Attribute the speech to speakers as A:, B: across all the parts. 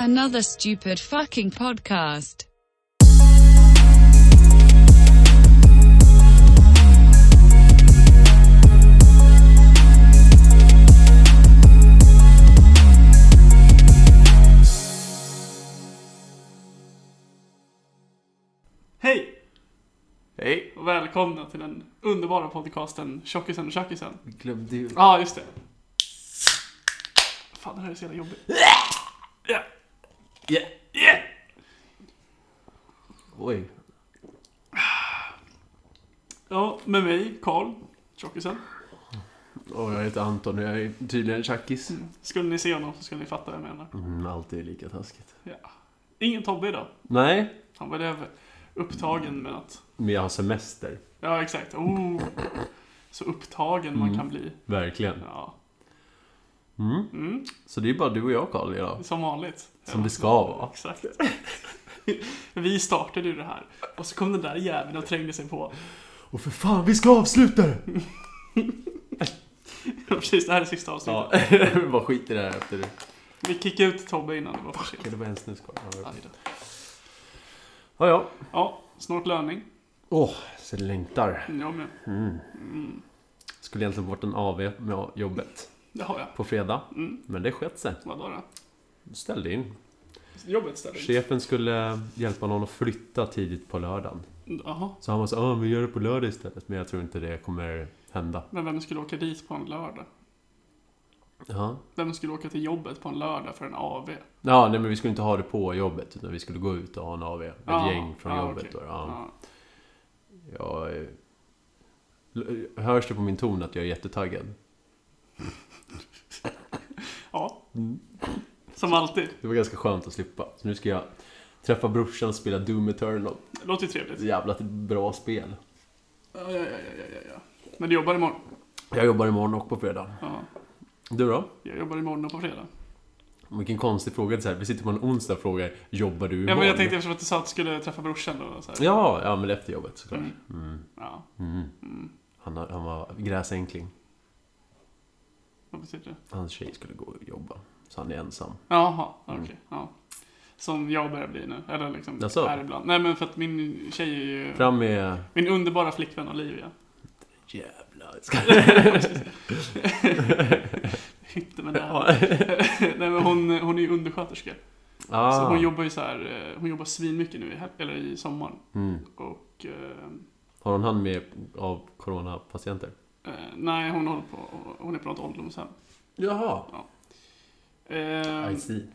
A: Another stupid fucking podcast.
B: Hej
C: Hej!
B: och välkomna till den underbara podcasten Tjockisen och Tjackisen.
C: Mm. Glömde ju...
B: Ja, ah, just det. Fan, det här är så jävla jobbigt. Ja,
C: Yeah.
B: ja.
C: Oj.
B: Ja, med mig, Karl, Tjockisen.
C: Och jag heter Anton och jag är tydligen tjackis.
B: Skulle ni se honom så skulle ni fatta vad jag menar.
C: Mm, alltid lika taskigt.
B: Ja. Ingen Tobbe idag.
C: Nej,
B: Han blev upptagen med att...
C: men jag har semester.
B: Ja, exakt. Oh. Så upptagen man
C: Mm.
B: kan bli.
C: Verkligen.
B: Ja.
C: Mm.
B: Mm,
C: Så det är bara du och jag Karl idag.
B: som vanligt.
C: Som
B: Ja.
C: det ska vara.
B: Exakt. Vi startade ju det här. Och så kom den där jäveln och trängde sig på.
C: Och för fan, vi ska avsluta det!
B: Precis, det här är sista avsnittet.
C: Ja, vi bara skit i det här efter det.
B: Vi kickade ut Tobbe innan det var för sent.
C: Kan det vara en snus kvar? Ja,
B: Aj
C: jag-
B: då.
C: Ja, ja.
B: Ja, snart löning.
C: Åh, så det längtar.
B: Jag med.
C: Mm.
B: Mm,
C: Skulle egentligen varit en AV med jobbet
B: det har jag.
C: på fredag.
B: Mm.
C: Men det sket sig.
B: Vadå då?
C: Ställde in.
B: Jobbet ställer ut.
C: Chefen skulle hjälpa någon att flytta tidigt på lördagen.
B: Jaha.
C: Så han var så ah, vi gör det på lördag istället. Men jag tror inte det kommer hända.
B: Men vem skulle åka dit på en lördag?
C: Ja.
B: Vem skulle åka till jobbet på en lördag för en AV?
C: Ja, nej men vi skulle inte ha det på jobbet. Utan vi skulle gå ut och ha en AV. Ett
B: Ah,
C: gäng från
B: ah,
C: jobbet
B: okej.
C: då. Ja. Jag, eh, l- hörs det på min ton att jag är jättetaggad?
B: Ja,
C: Mm.
B: som alltid.
C: Det var ganska skönt att slippa. Så nu ska jag träffa brorsan och spela Doom Eternal.
B: Det låter ju trevligt.
C: Ett jävla bra spel.
B: Ja, ja, ja, ja, ja, ja. Men du jobbar imorgon?
C: Jag jobbar imorgon och på fredag.
B: Ja.
C: Du då?
B: Jag jobbar imorgon och på fredag.
C: Vilken konstig fråga. Det är så här, vi sitter på en onsdag och frågar Jobbar du
B: Ja,
C: imorgon?
B: men jag tänkte eftersom att du sa att du skulle träffa brorsan då. Så här.
C: Ja, ja, men efter jobbet såklart.
B: Mm.
C: Mm.
B: ja.
C: Mm.
B: Mm.
C: Han, har- han var gräsänkling.
B: Vad betyder det?
C: Hans tjej skulle gå och jobba, så han är ensam.
B: Jaha, okej.
C: Mm.
B: Ja. Som jag börjar bli nu. Eller liksom
C: Jaså?
B: är ibland. Nej men för att min tjej är ju...
C: Fram med...
B: Min underbara flickvän Olivia.
C: Jävlar. Ska...
B: Hytte med det här.
C: Ja.
B: Nej men hon, hon är ju undersköterska. Så
C: Ah.
B: hon jobbar ju så här, eh, hon jobbar svinmycket nu i, hel- eller i sommaren.
C: Mm.
B: Och eh,
C: Har hon hand med av coronapatienter?
B: eh, nej, hon håller på, hon är på något ålderdomshem.
C: Jaha.
B: Eh,
C: I see.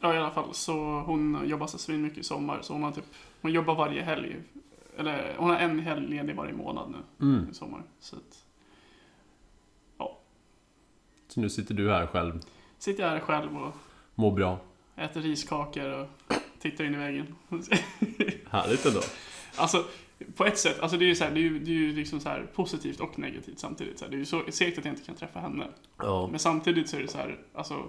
B: ja i alla fall, så hon jobbar så svinmycket i sommar. Så hon har typ, hon jobbar varje helg. Eller hon har en helg ledig varje månad nu
C: Mm.
B: i sommar. Så att,
C: Så nu sitter du här själv,
B: sitter jag här själv och
C: mår bra.
B: äter riskakor och tittar in i väggen.
C: Härligt ändå.
B: Alltså, på ett sätt, alltså det är ju, så här, det är ju, det är ju liksom så här positivt och negativt samtidigt. Så här, det är ju så segt att jag inte kan träffa henne.
C: Ja.
B: Men samtidigt så är det så här, alltså,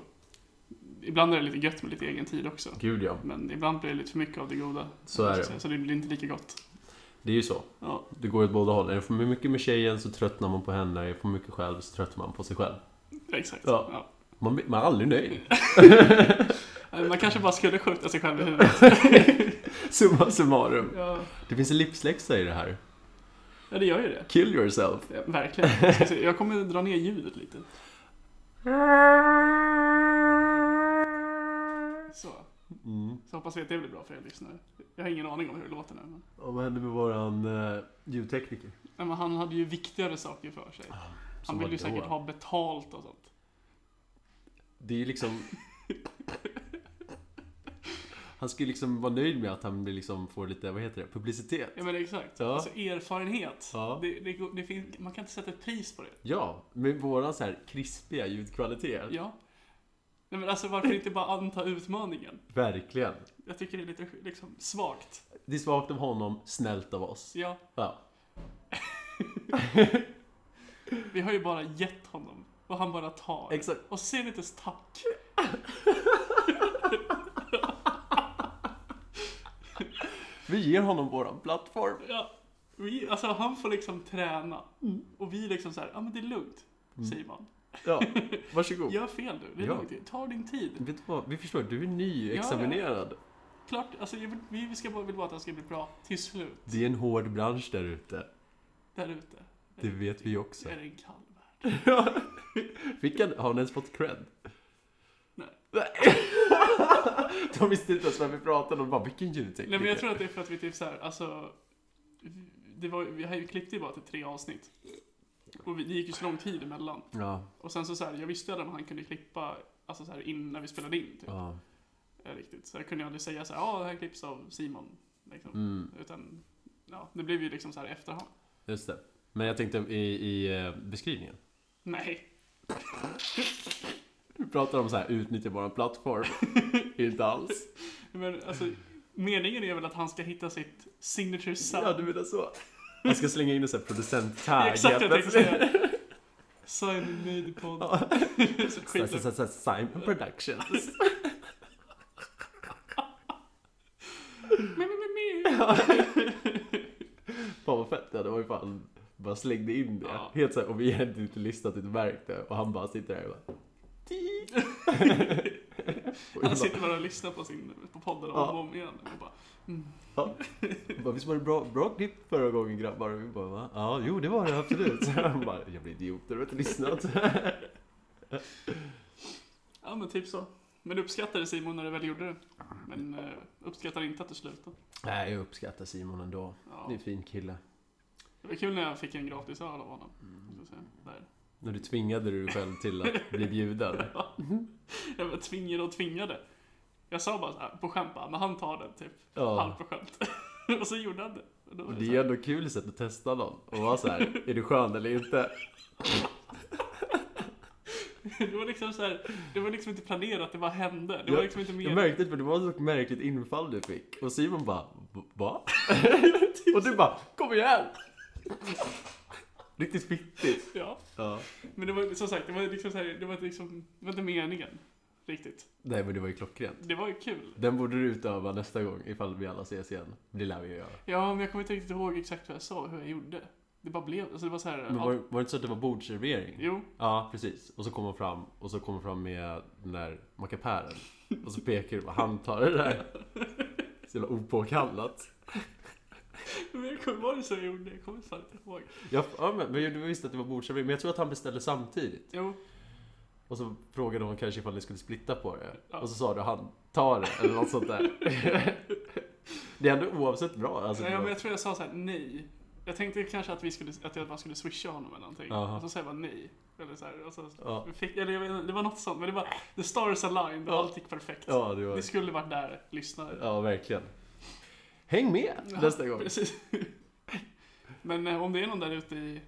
B: ibland är det lite gött med lite egen tid också.
C: Gud ja.
B: Men ibland blir det lite för mycket av det goda.
C: Så är det.
B: Så, så det blir inte lika gott.
C: Det är ju så.
B: Ja,
C: Det går åt båda hållen. Är det för mycket med tjejen så tröttnar man på henne. Är det för mycket själv så tröttnar man på sig själv.
B: exakt.
C: Ja.
B: Ja.
C: Man, blir- man är aldrig nöjd.
B: Alltså, Man kanske bara skulle skjuta sig själv i huvudet.
C: Summa summarum.
B: Ja,
C: Det finns en livsläxa i det här.
B: ja det gör ju det.
C: Kill yourself.
B: Ja, verkligen. Jag ska se, Jag kommer dra ner ljudet lite. Så.
C: Mm.
B: Så hoppas vi att det blir bra för er lyssnare. Jag har ingen aning om hur det låter nu. Men,
C: Och vad hände med våran eh, ljudtekniker?
B: Nej, men han hade ju viktigare saker för sig. Han
C: Som
B: vill ju
C: Ah, vadå?
B: säkert ha betalt och sånt.
C: Det är ju liksom... Han ska ju liksom vara nöjd med att han blir liksom får lite, vad heter det, publicitet.
B: Ja men exakt.
C: Ja.
B: Alltså erfarenhet.
C: Ja.
B: Det, det, går- det finns, man kan inte sätta ett pris på det.
C: Ja, med våran så här krispiga ljudkvalitet.
B: Ja. Nej men alltså varför inte bara anta utmaningen?
C: Verkligen.
B: Jag tycker det är lite liksom svagt.
C: Det är svagt av honom, snällt av oss.
B: Ja,
C: Ja.
B: vi har ju bara gett honom. Och han bara tar.
C: Exakt.
B: Och så säger vi inte ens tack.
C: Vi ger honom våran plattform.
B: Ja.
C: Mm.
B: Vi, alltså han får liksom träna. Och vi liksom så här, ja men det är lugnt. Säger man.
C: Ja, varsågod.
B: Gör fel du, det är
C: Ja.
B: lugnt. Ta din tid.
C: Vet du vad? Vi förstår, du är nyexaminerad.
B: Klart, alltså jag vill, vi ska bara, vill bara att det ska bli bra till slut.
C: Det är en hård bransch där ute.
B: Där ute.
C: Det vet vi också.
B: Är det en kall värld?
C: Fick han, har han ens fått cred?
B: Nej.
C: De visste inte ens vad vi pratade om. De bara, vilken ljudtekniker?
B: Nej men jag tror att det är för att vi typ såhär, alltså. Det var, vi har ju klippt ju bara till tre avsnitt. Och vi, det gick ju så lång tid emellan.
C: Ja,
B: Och sen så såhär, jag visste ju att han kunde klippa, alltså såhär in när vi spelade in typ.
C: ja.
B: Eh, Riktigt. Så jag kunde ju aldrig säga såhär, ja det här klipps av Simon. Liksom.
C: Mm,
B: Utan, ja, det blev ju liksom såhär efterhand.
C: just det. Men jag tänkte i, i eh, beskrivningen.
B: Nej.
C: Vi pratar om så här, utnyttja våran plattform. inte alls.
B: Men alltså, meningen är väl att han ska hitta sitt signature sound.
C: Ja, du menar så. Jag ska slänga in en sån här
B: Det är
C: producenttag.
B: exakt det jag tänkte säga. Simon made the pod.
C: Ja.
B: Så skit
C: Så- så- så- så- Simon Productions. Fan vad fett det hade varit fan. Bara slängde in det.
B: Ja.
C: Helt såhär, och vi hade inte listat ett verk där. Och han bara sitter där och bara... Och jag
B: Han sitter bara och lyssnar på, sin, på podden om
C: Ja.
B: och om igen. Och bara, mm.
C: bara, bara, visst var det bra, bra klipp förra gången grabbar? Och vi bara, va? Ja, jo det var det absolut. Så han bara, jag blir idiot, har du inte lyssnat?
B: Ja men typ så. Men du uppskattade Simon när du väl gjorde det. Men eh, uppskattar inte att du slutade.
C: Nej, jag uppskattar Simon ändå. Det är
B: Ja.
C: en fin kille.
B: Det var kul när jag fick en gratis öl av honom.
C: Mm.
B: Så att säga. Där.
C: När du tvingade dig själv till att bli bjuden.
B: Mm-hmm. Jag var tvingade och tvingade. Jag sa bara så här, på skämt bara, men han tar den typ. Halvt
C: Ja.
B: på skämt. och så gjorde han det. Och då var
C: Och
B: det
C: det
B: så
C: är
B: här,
C: ändå kul sätt att testa någon. Och vara så här, är du skön eller inte?
B: det var liksom så här, det var liksom inte planerat, det bara hände. Det
C: Ja,
B: var liksom inte
C: Jag
B: mer.
C: märkte typ det för det var ett märkligt infall du fick. Och Simon bara, va? och du bara, kom igen! Riktigt fittigt.
B: Ja,
C: Ja.
B: men det var som sagt, det var liksom så här, det var liksom, det var inte meningen. Riktigt.
C: Nej men det var ju klockrent.
B: Det var ju kul.
C: Den borde du utöva nästa gång ifall vi alla ses igen. Det lär vi ju göra.
B: Ja, men jag kommer inte riktigt ihåg exakt vad jag sa, hur jag gjorde. Det bara blev, alltså det var så här.
C: Men var, var det inte så att det var bordservering?
B: Jo,
C: Ja, precis. Och så kommer hon fram och så kommer hon fram med den där mackapären. Och så pekar du på han tar det där. Så jävla opåkallat.
B: men jag kommer vad det så jag gjorde, jag kommer fan inte ihåg.
C: Jag, ja, men, men du visste att det var bordservering, men jag tror att han beställde samtidigt.
B: Jo,
C: Och så frågade hon kanske ifall ni skulle splitta på det.
B: Ja.
C: Och så sa du han tar det, eller något sånt där. Det är ändå oavsett bra. Alltså,
B: nej, men jag tror jag sa så här nej. Jag tänkte kanske att, vi skulle, att jag bara skulle swisha honom eller någonting.
C: Aha.
B: Och så sa jag bara nej. Eller så här, och så,
C: ja,
B: vi fick, eller jag vet inte, det var något sånt, men det var the stars aligned,
C: Ja.
B: allt gick perfekt.
C: ja, det var,
B: Ni skulle varit där, lyssnare.
C: ja, verkligen. Häng med
B: Ja,
C: nästa gång.
B: Precis. Men eh, om det är någon där ute i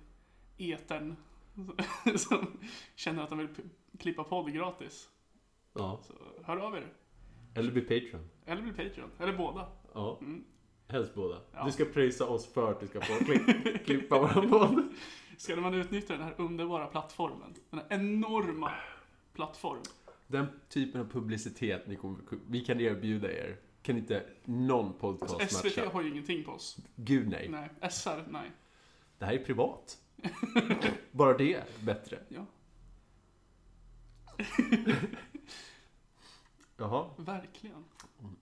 B: etern som känner att de vill p- klippa podd gratis,
C: Ja.
B: så hör av er.
C: Eller bli Patreon.
B: Eller bli Patreon, eller båda.
C: Ja,
B: Mm.
C: helst båda.
B: Ja.
C: Du ska pröjsa oss för att du ska få klipp, klippa våran podd.
B: Ska man utnyttja den här underbara plattformen, den här enorma plattformen.
C: Den typen av publicitet ni kommer, vi kan erbjuda er kan inte någon podcast
B: Alltså, SVT
C: matcha.
B: har ju ingenting på oss.
C: Gud nej.
B: Nej, SR, nej.
C: Det här är privat. Bara det är bättre.
B: Ja,
C: Jaha,
B: verkligen.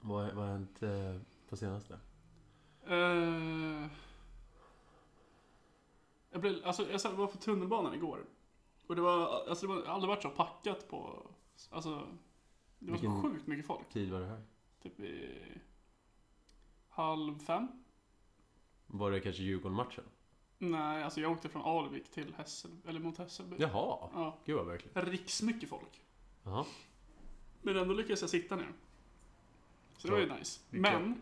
C: vad vad har hänt eh, på senaste?
B: Eh, jag, blev, alltså, jag satt- var på tunnelbanan igår. Och det var, alltså, det var jag har aldrig varit så packat på, alltså, det var
C: Vilken-
B: så sjukt mycket folk.
C: Tid var det här?
B: Typ i halv fem.
C: Var det kanske Djurgården-matchen?
B: Nej, alltså jag åkte från Alvik till Hässelby, eller mot Hässelby.
C: Jaha,
B: ja.
C: gud vad verkligen.
B: Riksmycket folk.
C: Jaha.
B: Men ändå lyckades jag sitta ner. Så det var ju nice.
C: Det är klart.
B: Men,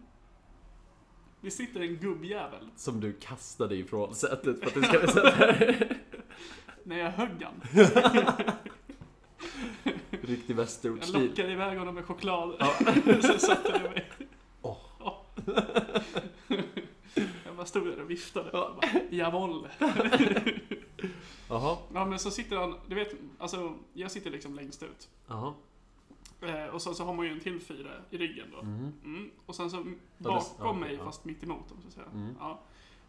B: det sitter en gubbjävel.
C: Som du kastade ifrån sätet för att du skulle sätta dig.
B: När jag högg han.
C: Riktig
B: Jag
C: västerortsstil.
B: lockade iväg honom med choklad.
C: Ja.
B: Sen satte jag mig.
C: Åh.
B: Ja. Jag bara stod där och viftade.
C: Ja.
B: Jag bara, Jawohl.
C: Jaha,
B: Ja men så sitter han, du vet, alltså jag sitter liksom längst ut.
C: jaha.
B: Eh, och sen så har man ju en till fyra i ryggen då.
C: Mhm.
B: Mm. Och sen så m-
C: Ja, det- ja,
B: bakom mig,
C: ja.
B: fast mitt emot om så att säga.
C: Mm.
B: Ja.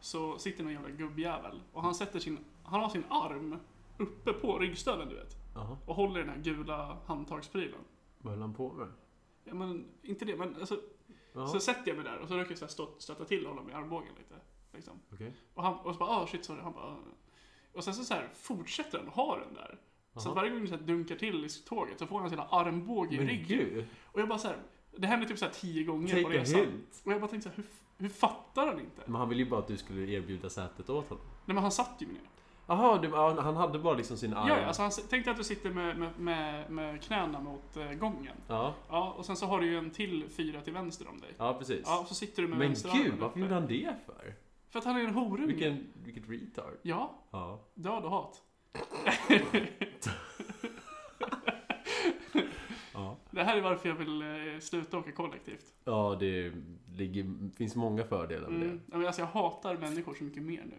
B: Så sitter någon jävla gubbjävel. Och han sätter sin, han har sin arm uppe på ryggstöden, du vet.
C: Jaha,
B: Och håller i den här gula handtagsprylen.
C: vad höll han på med?
B: Ja, men inte det, men alltså,
C: Ja,
B: så sätter jag mig där och så råkar jag så här stå- stöta till honom i armbågen lite. Liksom.
C: okej.
B: Och, han, och så bara, ah shit sorry. Han bara, "Ah." och sen så, så här, fortsätter han att ha den där. Så
C: Jaha.
B: att varje gång du så här dunkar till i tåget så får han sina armbåge i
C: Men
B: ryggen.
C: gud,
B: Och jag bara så här, det hände typ så här tio gånger på
C: take a
B: resan.
C: hint.
B: Och jag bara tänkte så här, hur, hur fattar han inte?
C: Men han ville ju bara att du skulle erbjuda sätet åt honom.
B: Nej men han satt ju ner.
C: Jaha, du- ja, han hade bara liksom sin arm.
B: Ja, ja, alltså han, s- tänk dig att du sitter med, med, med, med knäna mot eh, gången.
C: ja,
B: Ja, och sen så har du ju en till fyra till vänster om dig.
C: ja, precis.
B: Ja, och så sitter du med
C: men
B: vänsterarmen
C: gud,
B: uppe. Mm.
C: varför gjorde han det för?
B: För att han är en horunge.
C: Vilken, vilket retard.
B: Ja,
C: Ja.
B: död och hat.
C: Ja,
B: Det här är varför jag vill eh, sluta åka kollektivt.
C: ja det ligger, finns många fördelar med
B: Mm. Ja, men Alltså jag hatar människor så mycket mer nu.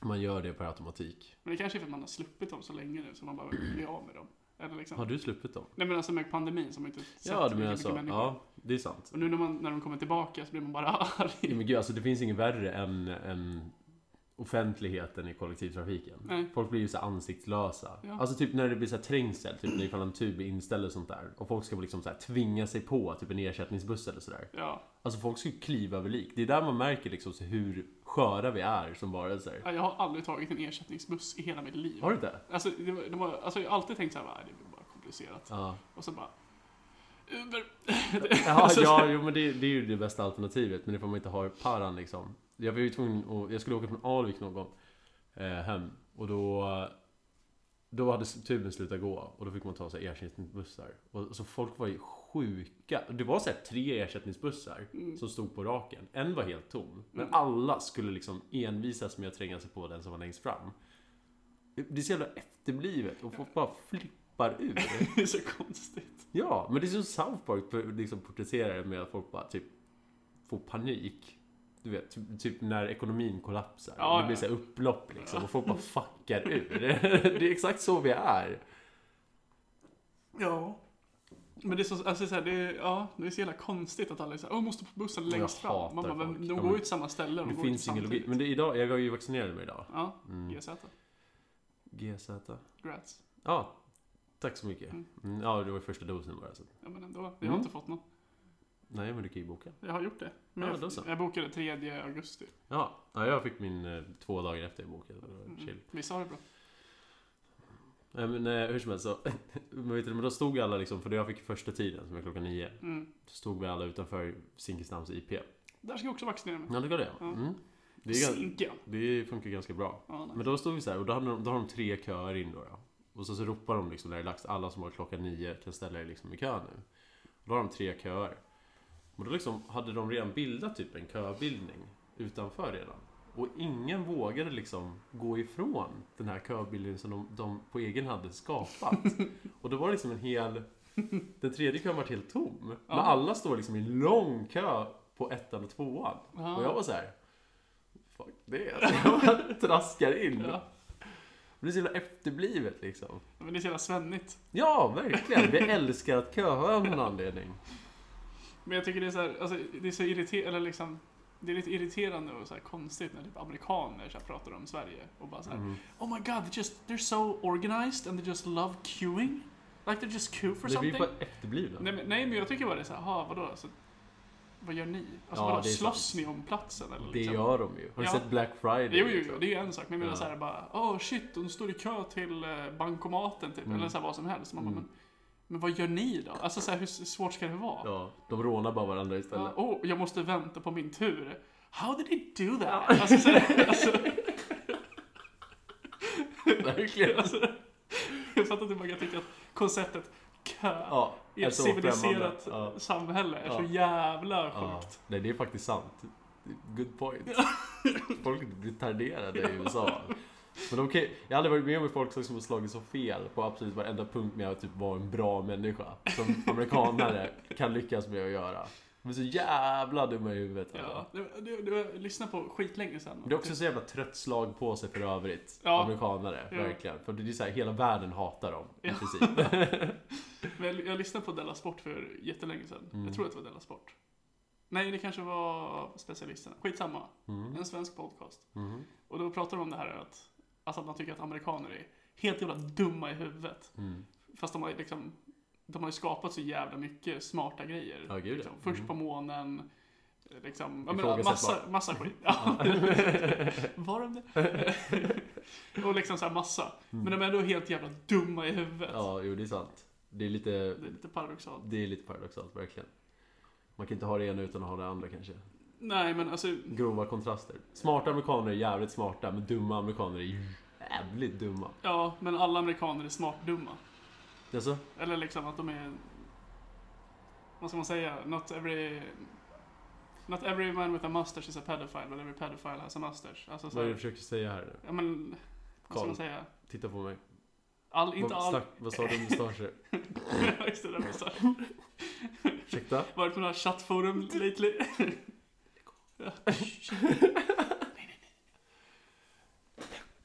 C: det. Man gör det per automatik.
B: Men det kanske är för att man har sluppit dem så länge nu så man bara blir av med dem. Eller liksom.
C: Har du sluppit dem?
B: Nej men alltså med pandemin som inte sett
C: Ja, du
B: lika
C: menar
B: mycket
C: så.
B: människor.
C: Ja, det är sant.
B: Och nu när, man, när de kommer tillbaka så blir man bara arg.
C: Ja, men gud, alltså det finns inget värre än, än offentligheten i kollektivtrafiken.
B: Nej.
C: Folk blir ju så ansiktslösa.
B: Ja.
C: Alltså typ när det blir så här trängsel, typ när ifall en tub är inställd och sånt där. Och folk ska liksom så här tvinga sig på typ en ersättningsbuss eller sådär.
B: Ja.
C: Alltså folk ska ju kliva över lik. Det är där man märker liksom så hur sköra vi är som varelser.
B: Ja, Jag har aldrig tagit en ersättningsbuss i hela mitt liv.
C: Har du det?
B: Alltså, det var, de har, alltså jag har alltid tänkt såhär, nej det blir bara komplicerat.
C: Ja.
B: Och så bara, Uber.
C: Ja,
B: Så-
C: ja jo, men det, det är ju det bästa alternativet. Men det får man inte ha paran liksom. Jag var ju tvungen att, jag skulle åka från Alvik någon gång eh, hem. Och då, då hade tuben slutat gå. Och då fick man ta så här, ersättningsbussar. Och så folk var ju sjuka. Det var så här, tre ersättningsbussar som stod på raken. En var helt tom. Men alla skulle liksom envisas med att tränga sig på den som var längst fram. Det det är så jävla efterblivet. Och folk bara flippar ur.
B: Det är så konstigt.
C: Ja, men det är som South Park på- liksom porträtterar det med att folk bara typ får panik. Du vet, ty- typ när ekonomin kollapsar.
B: Ja,
C: det blir
B: ja.
C: så här upplopp liksom och folk bara fuckar ur. det är exakt så vi är.
B: Ja. Men det är så, alltså, så här, det, är, ja, det är så jävla konstigt att alla är såhär, åh måste på bussen längst
C: Jag
B: fram. Man
C: hatar
B: bara, men
C: folk.
B: de
C: Ja,
B: går
C: men
B: ut till samma ställe. och de
C: Det
B: går
C: finns
B: ut
C: ingen logik.
B: samtidigt.
C: Men det är idag, jag har ju vaccinerat mig idag.
B: Ja,
C: Mm.
B: GZ.
C: GZ.
B: Grats.
C: Ja, tack så mycket.
B: Mm.
C: Mm, Ja, det var ju första dosen bara. Så.
B: Ja men ändå, jag har
C: Mm.
B: inte fått någon.
C: Nej, men du kan ju boka.
B: Jag har gjort det.
C: Ja,
B: Men
C: då
B: jag,
C: så.
B: jag bokade 3 augusti.
C: Ja, ja jag fick min eh, två dagar efter jag bokade. Det var Chill.
B: Mm. Visst har det bra?
C: Nej, men eh, hur som helst så. men, vet du, men då stod alla liksom, för jag fick första tiden som var klockan nio.
B: Mm.
C: Så stod vi alla utanför Zinkensdamms IP.
B: Där ska jag också vaccinera mig.
C: Ja, det går det.
B: Ja.
C: Mm. Det, är, gan-
B: Zinken.
C: det funkar ganska bra.
B: Ja, nej.
C: Men då stod vi så här och då, hade de, då har de tre köer in då. då. Och så, så ropar de liksom när det är dags, alla som var klockan nio kan ställa er liksom i kö nu. Och då har de tre köer. Och då liksom hade de redan bildat typ en köbildning utanför redan. Och ingen vågade liksom gå ifrån den här köbildningen som de, de på egen hand hade skapat. Och då var det liksom en hel... Den tredje kön var helt tom. Men
B: Ja.
C: alla står liksom i en lång kö på ettan och tvåan.
B: Ja.
C: Och jag var så här. Fuck det. alltså-" Jag bara traskar in.
B: Ja.
C: Det är så jävla efterblivet liksom.
B: Men det är så jävla svennigt.
C: Ja, verkligen. Vi älskar att köa av någon anledning.
B: Men jag tycker det är så här, alltså, det är så irriterande, eller liksom det är lite irriterande och så här konstigt när typ amerikaner så här pratar om Sverige och bara så här,
C: Mm.
B: Oh my god, they just, they're so organized and they just love queuing. Like they're just queue for
C: Det blir
B: something.
C: ju bara efterblivna.
B: Nej, men, nej men jag tycker bara det är såhär, jaha vadå? Alltså, vad gör ni? Alltså
C: Ja,
B: vadå,
C: det är
B: slåss
C: sant.
B: ni om platsen eller
C: Det
B: liksom?
C: gör de ju. Har du
B: Ja.
C: sett Black Friday?
B: Jo, jo, jo,
C: liksom?
B: det är ju en sak. Men jag menar
C: Ja.
B: så såhär bara, oh shit, de står i kö till eh, bankomaten typ.
C: Mm.
B: Eller såhär vad som helst. Man bara,
C: Mm.
B: men, men vad gör ni då? Alltså såhär, hur s- svårt ska det vara?
C: Ja, de rånar bara varandra
B: Ja,
C: istället.
B: oh, jag måste vänta på min tur. How did they do that? Alltså, så, alltså,
C: Verkligen.
B: alltså, jag fattar inte hur man kan tycka att konceptet kö
C: Ja,
B: i ett
C: alltså, främmande.
B: civiliserat
C: Ja.
B: samhälle är så
C: Ja.
B: jävla
C: Ja,
B: sjukt.
C: nej, det är faktiskt sant. Good point. Folk är retarderade i USA. Men de kan, jag har aldrig varit med om folk som har slagit så fel på absolut varenda punkt med att typ vara en bra människa. Som amerikanare kan lyckas med att göra. De är så jävla dumma i huvudet.
B: Ja.
C: alla.
B: Det, det, det, lyssna på skitlänge sen.
C: Men Det är också så jävla trött slag på sig för övrigt.
B: Ja.
C: Amerikanare,
B: Ja.
C: verkligen. För det är så här, hela världen hatar dem. I
B: Ja.
C: princip.
B: Men jag, jag lyssnade på Della Sport för jättelänge sedan.
C: Mm.
B: Jag tror att det var Della Sport. Nej, det kanske var specialisterna. Skitsamma.
C: Mm.
B: En svensk podcast.
C: Mm.
B: Och då pratar de om det här att, alltså att man tycker att amerikaner är helt jävla dumma i huvudet.
C: Mm.
B: Fast de har ju liksom, de har ju skapat så jävla mycket smarta grejer.
C: Ja, gud,
B: liksom.
C: ja.
B: Först
C: Mm.
B: på månen, eh, liksom, jag menar,
C: Ifrågasättbart.
B: massa, massa skit. Ja. Var de det? Och liksom så här massa. Men de är ändå helt jävla dumma i huvudet.
C: Mm. Ja, jo det är sant. Det är lite,
B: Det är lite paradoxalt.
C: det är lite paradoxalt, verkligen. Man kan inte ha det ena utan att ha det andra kanske.
B: Nej men alltså,
C: Grova kontraster. Smarta amerikaner är jävligt smarta, men dumma amerikaner är jävligt dumma.
B: ja, men alla amerikaner är smartdumma.
C: Alltså,
B: Eller liksom att de är... Vad ska man säga? Not every... Not every man with a mustache is a pedophile, but every pedophile has a mustache. Alltså så
C: vad är det du
B: här,
C: försöker säga här nu?
B: Ja men... Vad ska
C: Karl.
B: man säga?
C: Titta på mig.
B: All, inte
C: vad,
B: all...
C: stack, vad sa du om mustascher?
B: Just det, där mustasch.
C: Ursäkta?
B: Varit på några chattforum lately? Ja.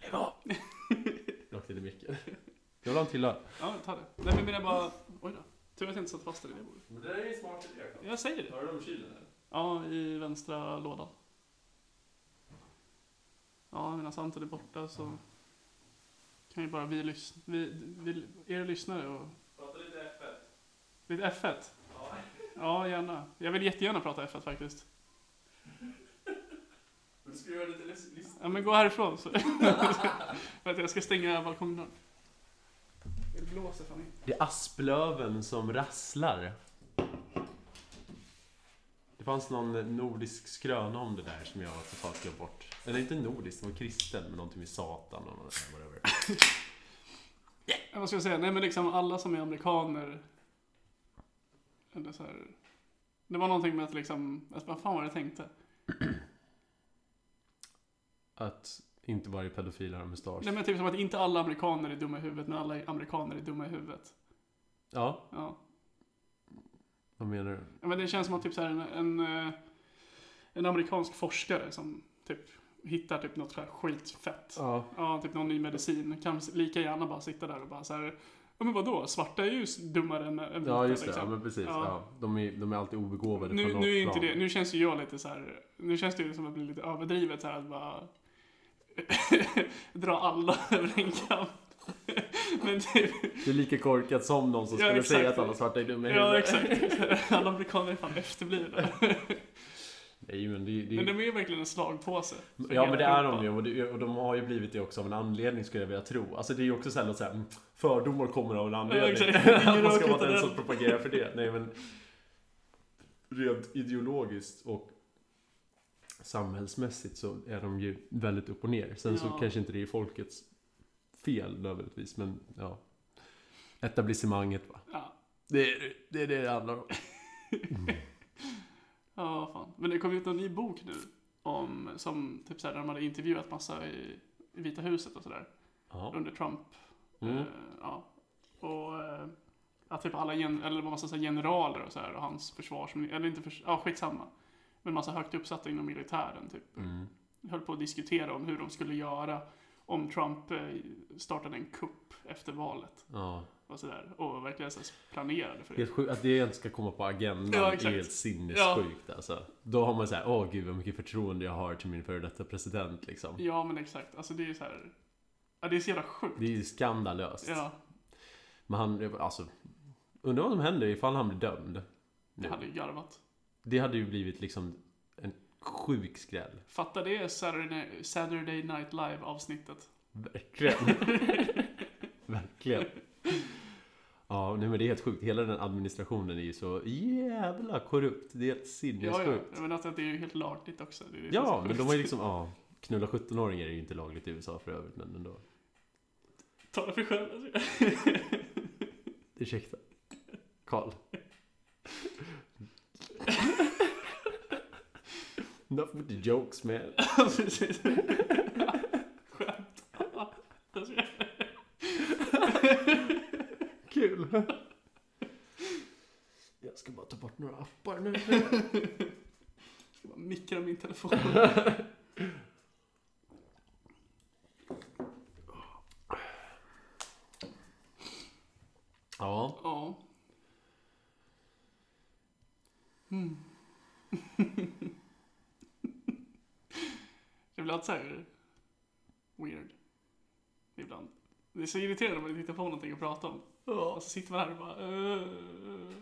C: Lägg av! Rakt in i micken. Jag vill ha en till öl.
B: ja, ta det. Nej men menar bara... Oj då. Tur att jag inte satt fast i det bordet.
C: Men det där är ju smart idé.
B: Jag säger det.
C: Har du dem i kylen eller?
B: Ja, i vänstra lådan. Ja, medan Anton är borta så kan ju bara vi lyssna, vi, vi, er lyssnare och...
C: Prata lite F1.
B: Lite F1? Ja, gärna. Jag vill jättegärna prata F1 faktiskt.
C: Men du ska göra lite lyssning.
B: Ja, men gå härifrån så. Vänta, jag ska stänga balkongdörren. Det blåser fan inte.
C: Det är asplöven som rasslar. Det fanns någon nordisk skröna om det där som jag totalt glömt bort. Eller inte nordisk, den var kristen, men någonting med Satan och något där, whatever.
B: Ja, Vad ska jag säga? Nej, men liksom alla som är amerikaner... Eller så här... Det var någonting med att liksom... att Vad fan var det jag tänkte?
C: Att inte varje pedofil har en mustasch.
B: Nej men typ som att inte alla amerikaner är dumma i huvudet, men alla amerikaner är dumma i huvudet.
C: Ja,
B: Ja.
C: vad menar du?
B: Ja, Men det känns som att typ så här en, en, eh, en amerikansk forskare som typ hittar typ något så här skitfett. Ja.
C: Ja.
B: typ någon ny medicin. Kan lika gärna bara sitta där och bara så här. Ja men vadå, svarta är ju s- dummare än, än
C: Ja,
B: vita,
C: just det. Ja,
B: liksom."
C: men precis.
B: Ja.
C: Ja. De, är, de är alltid obegåvade
B: Nu,
C: på något
B: nu är inte
C: plan.
B: det, nu känns ju jag lite så här. nu känns det ju som att bli lite överdrivet så här att bara dra alla över en kam. men typ,
C: Det är lika korkat som de som
B: Ja,
C: skulle
B: exakt.
C: säga att alla svarta är dumma i
B: ja
C: huvudet.
B: exakt. Alla amerikaner är fan efterblivna.
C: Nej, men det, det,
B: Men de är ju verkligen en slagpåse. för
C: Ja
B: hela
C: men det är
B: Europa.
C: de ju och, det, och de har ju blivit det också av en anledning skulle jag vilja tro. Alltså det är ju också såhär, så här, mm, fördomar kommer av en anledning.
B: exakt. Ingen
C: Man
B: rök
C: ska
B: utan
C: vara den
B: eld.
C: som propagerar för det. Nej men rent ideologiskt och samhällsmässigt så är de ju väldigt upp och ner. Sen så
B: Ja.
C: kanske inte det är folkets fel nödvändigtvis men ja. Etablissemanget va.
B: Ja,
C: Det är det är det det handlar om.
B: ja fan. Men det kom ut en ny bok nu. Om, som typ såhär, där de hade intervjuat massa i, i Vita huset och sådär.
C: Ja.
B: Under Trump.
C: Mm.
B: Eh, ja. Och eh, att typ alla, gen, eller det var massa så här generaler och sådär och hans försvarsminister, eller inte förs, ja skitsamma. Men massa högt uppsatta inom militären typ.
C: Mm.
B: Höll på att diskutera om hur de skulle göra om Trump eh, startade en kupp efter valet.
C: Ja.
B: Och sådär. Och verkligen så här planerade för det.
C: Helt sjukt, att det ens ska komma på agendan
B: Ja,
C: är
B: exakt.
C: helt sinnessjukt alltså. Då har man såhär, åh gud vad mycket förtroende jag har till min före detta president liksom.
B: Ja men exakt, alltså det är ju så här. Ja, det är så jävla sjukt.
C: Det är ju skandalöst.
B: Ja,
C: Men han, alltså. Undrar vad som händer ifall han blir dömd.
B: det
C: Ja.
B: hade ju garvat.
C: Det hade ju blivit liksom en sjuk skräll.
B: Fatta det Saturday, Saturday Night Live avsnittet.
C: Verkligen. Verkligen. Ja, nej men det är helt sjukt. Hela den administrationen är ju så jävla korrupt. Det är helt
B: Ja, ja.
C: sinnessjukt.
B: Jag menar att det är ju helt lagligt också. Det är det som är så
C: Ja, men
B: sjukt.
C: de har ju liksom, ja. Knulla 17-åringar är ju inte lagligt i USA för övrigt, men ändå. liksom-
B: Tala för själv. alltså.
C: Ursäkta. Karl. Enough with the jokes man.
B: Precis. Skämt. Alltså,
C: Kul. Jag ska bara ta bort några appar nu.
B: Jag ska bara mikra min telefon.
C: Ja.
B: Ja. Mm. det blir alltid så här weird. Ibland. Det är så irriterande när man inte hittar på någonting att prata om.
C: Ja.
B: Och så sitter man här och bara... "Eh."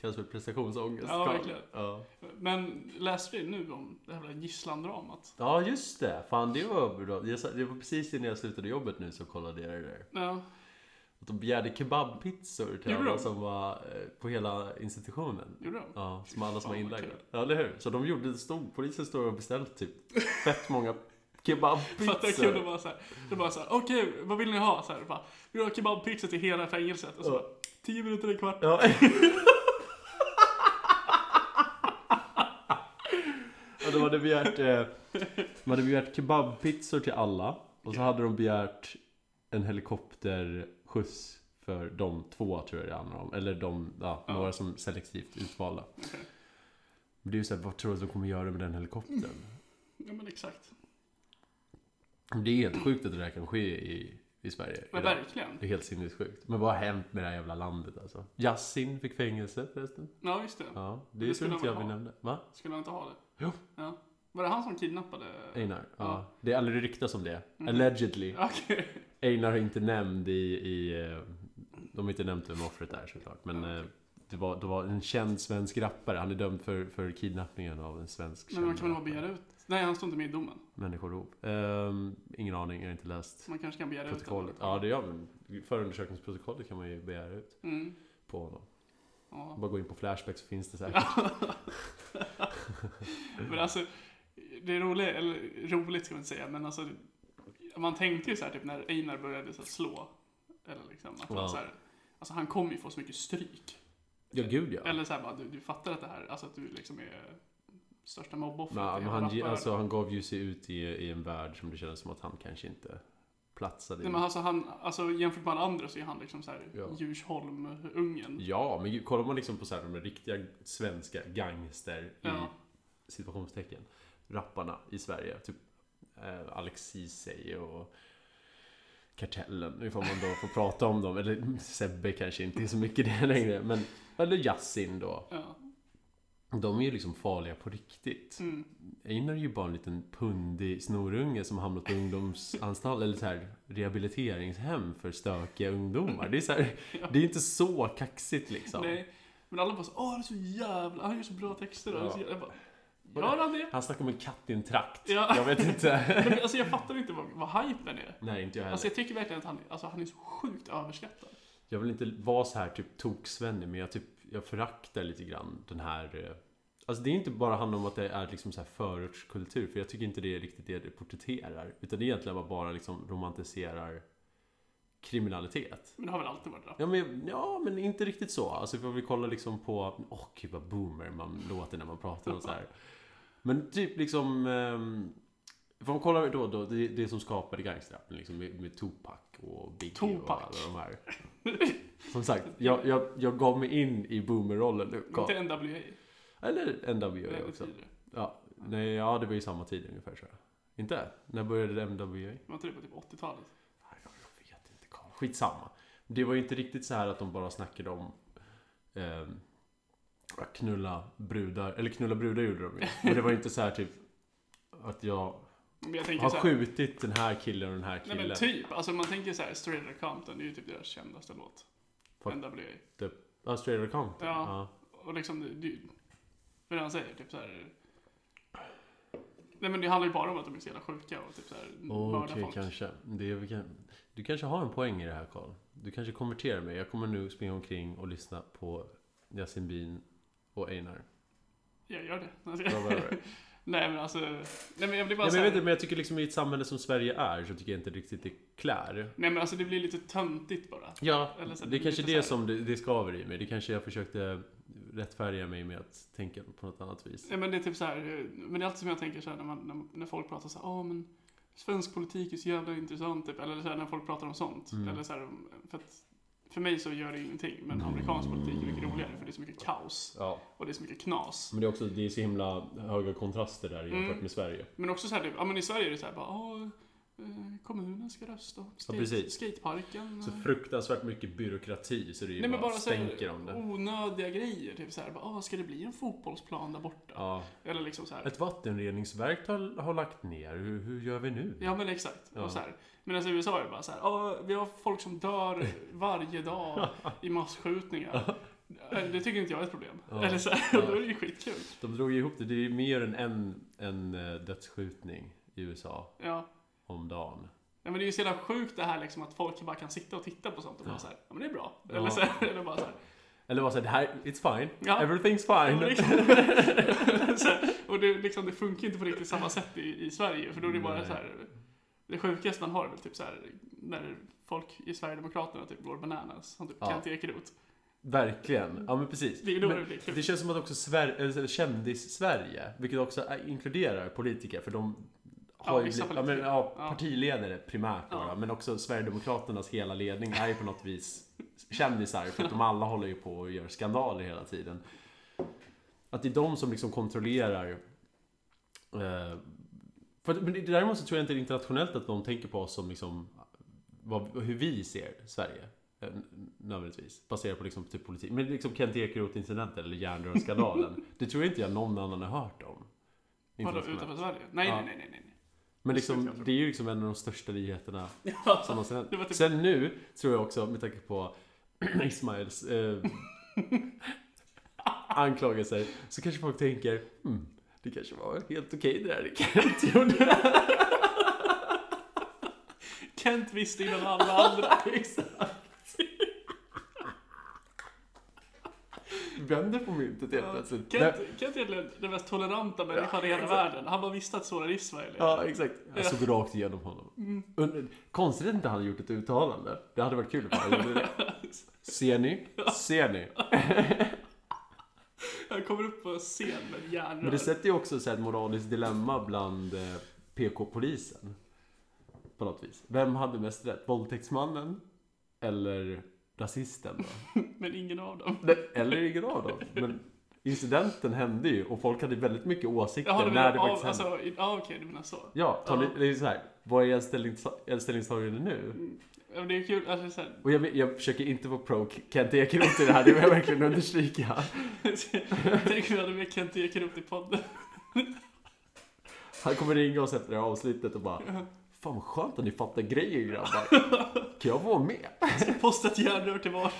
C: Kallas för prestationsångest.
B: Ja,
C: Carl.
B: verkligen.
C: Ja.
B: Men läste vi nu om det här jävla gisslandramat?
C: ja, just det. Fan, det var bra. Jag sa- Det var precis innan jag slutade jobbet nu så kollade jag det där.
B: Ja.
C: Och de begärde kebabpizzor till
B: Gjorde
C: alla
B: de?
C: som var eh, på hela institutionen.
B: Gjorde de?
C: Ja, som alla som var
B: Fan, vad
C: inlagda.
B: kul.
C: Ja, eller hur? Så de gjorde, stod, polisen står och beställde typ fett många
B: Fattar jag kul, de
C: kebabpizzor.
B: bara såhär, de bara såhär, okej vad vill ni ha? Så här, bara, vi vill ha kebabpizza till hela fängelset. Och så bara, 10 minuter, en kvart.
C: Ja. ja, de hade begärt, eh, de hade begärt kebabpizzor till alla. Och så hade de begärt en helikopterskjuts för de två tror jag det handlar om. Eller de, ja,
B: Ja.
C: några som selektivt utvalda. Men det är ju såhär, vad tror du att de kommer göra med den helikoptern?
B: Ja men exakt.
C: Det är helt sjukt att det där kan ske i, i Sverige.
B: Men
C: idag.
B: verkligen.
C: Det är helt sinnessjukt. Men vad har hänt med det här jävla landet alltså? Yasin fick fängelse förresten.
B: Ja just det.
C: Ja, det,
B: Det
C: det
B: skulle
C: tror inte
B: han
C: jag
B: väl
C: vi
B: ha.
C: nämnde. Va?
B: Skulle han inte ha det?
C: Jo.
B: Ja. Var det han som kidnappade?
C: Einar. Ja.
B: Ja.
C: Det är aldrig ryktas om det.
B: Mm.
C: Allegedly.
B: Okej.
C: Einar är inte nämnd i... i eh, de har inte nämnt vem offret är såklart. Men
B: Ja.
C: eh, det, var, det var en känd svensk rappare. Han är dömd för, för kidnappningen av en svensk
B: Men man
C: känd
B: kan väl bara
C: rappare.
B: begära ut? Nej han står inte med i domen.
C: Människorov. Ehm, ingen aning, jag har inte läst
B: Man kanske kan begära ut
C: protokollet.
B: den.
C: Ja, det gör man. Förundersökningsprotokollet kan man ju begära ut
B: Mm.
C: på honom.
B: Ja.
C: Bara gå in på Flashback så finns det säkert.
B: men alltså, det är roligt, eller roligt ska man inte säga, men alltså man tänkte ju så här typ när Einar började så här, slå, eller liksom att han
C: Ja.
B: så här, alltså han kommer ju få så mycket stryk.
C: Ja, gud ja.
B: Eller så här bara, du, du fattar att det här, alltså att du liksom är största mobboffret
C: Nej,
B: i
C: men
B: hela
C: han, ge-
B: rapvärlden.
C: alltså, han gav ju sig ut i, i en värld som det kändes som att han kanske inte platsade i.
B: Nej men alltså han, alltså jämfört med alla andra så är han liksom såhär
C: Ja.
B: Djursholm-ungen.
C: Ja, men gud, kollar man liksom på så här, de riktiga svenska gangster
B: Ja.
C: i situationstecken rapparna i Sverige. Typ eh, Alex Ceesay och Kartellen, ifall man då får prata om dem. Eller Sebbe kanske inte är så mycket det längre. Men, eller Yasin då.
B: Ja.
C: De är ju liksom farliga på riktigt.
B: Mm.
C: Einar är ju bara en liten pundig snorunge som hamnat på ungdomsanstalt eller så här rehabiliteringshem för stökiga ungdomar. Det är så här, det är inte så kaxigt liksom.
B: Nej. Men alla bara så, åh han är så jävla, han gör så bra texter. Ja.
C: Ja.
B: Så, jävla-" jag bara, gör han det?
C: Han snackar om en katt i en trakt.
B: Ja.
C: Jag vet inte.
B: Men, alltså jag fattar inte vad, vad hypen är.
C: Nej, inte jag heller.
B: Alltså jag tycker verkligen att han, alltså, han är så sjukt överskattad.
C: Jag vill inte vara så här typ toksvennig, men jag typ, jag föraktar lite grann den här eh, Alltså det är inte bara handlar om att det är liksom så här förortskultur, för jag tycker inte det är riktigt det det porträtterar. Utan det är egentligen bara, bara liksom romantiserar kriminalitet.
B: Men det har väl alltid varit rap.
C: Ja men, ja, men inte riktigt så. Alltså får vi kolla liksom på... Åh gud vad boomer man låter när man pratar om så här. Men typ liksom... ehm, Får man kolla då, då det, det som skapade gangsterrappen liksom med, med Tupac och Biggie och
B: Tupac.
C: alla de här. Som sagt, jag, jag, jag gav mig in i boomerrollen nu. Gav-
B: Inte NWA.
C: Eller
B: Nej,
C: NWA
B: det
C: också.
B: tidigare.
C: Ja, nej, ja, det var ju samma tid ungefär tror jag. Inte? När började NWA?
B: Var inte det på typ 80-talet?
C: Nej, Jag vet inte, Karl. Skitsamma. Det var ju inte riktigt så här att de bara snackade om eh, att knulla brudar. Eller knulla brudar gjorde de ju. Men det var ju inte så här typ att jag
B: Men jag tänker
C: har
B: såhär.
C: skjutit den här killen och den här
B: Nej men
C: killen.
B: typ, alltså man tänker såhär, Straight Outta Compton, det är ju typ deras kändaste låt.
C: Fuck.
B: NWA.
C: Ja, straight or Compton.
B: Ja.
C: Ja.
B: Och liksom, det, det, vad han säger, typ såhär... Nej men det handlar ju bara om att de är så jävla sjuka och typ såhär mördar
C: Okej,
B: folk.
C: kanske. Det är, väl kan- du kanske har en poäng i det här Karl. Du kanske konverterar mig. Jag kommer nu springa omkring och lyssna på Yasin Bin och Einar.
B: Jag gör det. Alltså,
C: Bra, bra, bra.
B: nej men alltså, nej men
C: Nej,
B: jag blir bara
C: men jag,
B: såhär...
C: vet inte, men jag tycker liksom i ett samhälle som Sverige är så tycker jag inte riktigt det klär.
B: Nej men alltså det blir lite töntigt bara.
C: Ja,
B: Eller så
C: det är
B: lite
C: kanske
B: så här-
C: det som det, det skaver i mig. Det kanske jag försökte rättfärdiga mig med att tänka på något annat vis.
B: Nej men det är typ så här, eh, men det är alltid som jag tänker så här när, man, när, när folk pratar så här, "Ah, men svensk politik är så jävla intressant typ, eller så här, när folk pratar om sånt.
C: Mm.
B: Eller så här, om- för att för mig så gör det ingenting, men amerikansk politik är mycket roligare för det är så mycket kaos
C: Ja,
B: och det är så mycket knas.
C: men det är också det är så himla höga kontraster där jämfört
B: Mm.
C: med Sverige.
B: Men också så här, typ, ja men i Sverige är det så här bara, "Ah, eh, kommunen ska rösta. Skate,
C: Ja, precis.
B: Skateparken.
C: Så
B: eh.
C: fruktansvärt mycket byråkrati så det är ju
B: Nej men
C: bara,
B: bara oh.
C: stänker om
B: såhär
C: det.
B: onödiga grejer. Typ såhär, bara, ah, ska det bli en fotbollsplan där borta?
C: Ja.
B: Eller liksom såhär.
C: Ett vattenreningsverk har, har lagt ner, hur, hur gör vi nu?
B: Ja men exakt.
C: Ja.
B: Och så här. Medan i USA är det bara så här, "Ja, vi har folk som dör varje dag i masskjutningar. Det tycker inte jag är ett problem.
C: Ja.
B: Eller så här,
C: Ja.
B: och då är det ju skitkul.
C: De drog ihop det, det är ju mer än en, en eh, dödsskjutning i USA
B: Ja.
C: om dagen.
B: ja. men det är ju så jävla sjukt det här liksom att folk bara kan sitta och titta på sånt och bara så här, ja men det är bra.
C: Ja.
B: Eller så här, eller bara så här.
C: Eller bara såhär, det här, it's fine,
B: Ja.
C: everything's
B: Ja, men
C: fine.
B: liksom. så här. Och det, liksom, det funkar inte på riktigt samma sätt i, i Sverige för då är det bara
C: Nej.
B: så här. Det sjukaste man har är väl typ så här när folk i Sverigedemokraterna typ går bananas. Som typ
C: Ja.
B: Kent Ekeroth.
C: Verkligen, ja men precis.
B: Det är då
C: Men
B: det blir kul.
C: det känns som att också Sver- eller så här, kändis-Sverige, vilket också eh, inkluderar politiker, för de
B: Ja,
C: har ju
B: vissa
C: blivit, ja, men,
B: politiker.
C: ja,
B: Ja.
C: partiledare primärt då,
B: Ja.
C: då, men också Sverigedemokraternas hela ledning är ju på något vis kändisar, för att de alla håller ju på och gör skandaler hela tiden. Att det är de som liksom kontrollerar eh, för, att- men det- däremot så tror jag inte internationellt att de tänker på oss som liksom vad, hur vi ser Sverige. eh, n- Nödvändigtvis. Baserat på liksom typ politik. Men liksom Kent Ekeroth-incidenten eller järnrörsskandalen. det tror jag inte jag någon annan har hört om.
B: Vadå,
C: Internationellt.
B: utanför Sverige? Nej,
C: Ja.
B: nej, nej, nej, nej.
C: Men
B: Det
C: liksom,
B: skulle jag
C: det är ju liksom en av de största nyheterna som någonsin hänt.
B: Det var typ-
C: Sen nu tror jag också, med tanke på Ismails eh, anklagelser, så kanske folk tänker hmm, det kanske var helt okej det där det Kent gjorde.
B: Kent visste innan alla andra.
C: Vänder på myntet helt plötsligt.
B: Kent, Kent är egentligen den mest toleranta människan i hela världen. Han bara visste att sådana är Israel.
C: Ja, exakt. Jag såg rakt igenom honom. Und- Konstigt att inte han gjort ett uttalande. Det hade varit kul om han gjorde det. Ser ni? Ser ni?
B: Han kommer upp på scen med ett järnrör.
C: Men det sätter ju också så här ett moraliskt dilemma bland eh, PK-polisen. På något vis. Vem hade mest rätt? Våldtäktsmannen? Eller rasisten då?
B: Men ingen av dem.
C: Nej, Eller ingen av dem. Men incidenten hände ju och folk hade väldigt mycket åsikter
B: Jaha, du
C: när
B: menar
C: det
B: av,
C: faktiskt hände.
B: alltså, i- ja okej, du menar så.
C: Ja, tar ni,
B: Ja.
C: det är ju så här. Vad är ert ställnings- ert ställningstagande nu?
B: Ja, men Det är kul, alltså så här,
C: Och jag, jag försöker inte vara pro Kent Ekeroth i det här, det vill jag verkligen understryka.
B: Tänk om vi hade med Kent Ekeroth i podden.
C: Han kommer ringa oss efter det här avsnittet och bara Fan vad skönt att ni fattar grejer grabbar. Kan jag vara med?
B: Posta ett järnrör till var.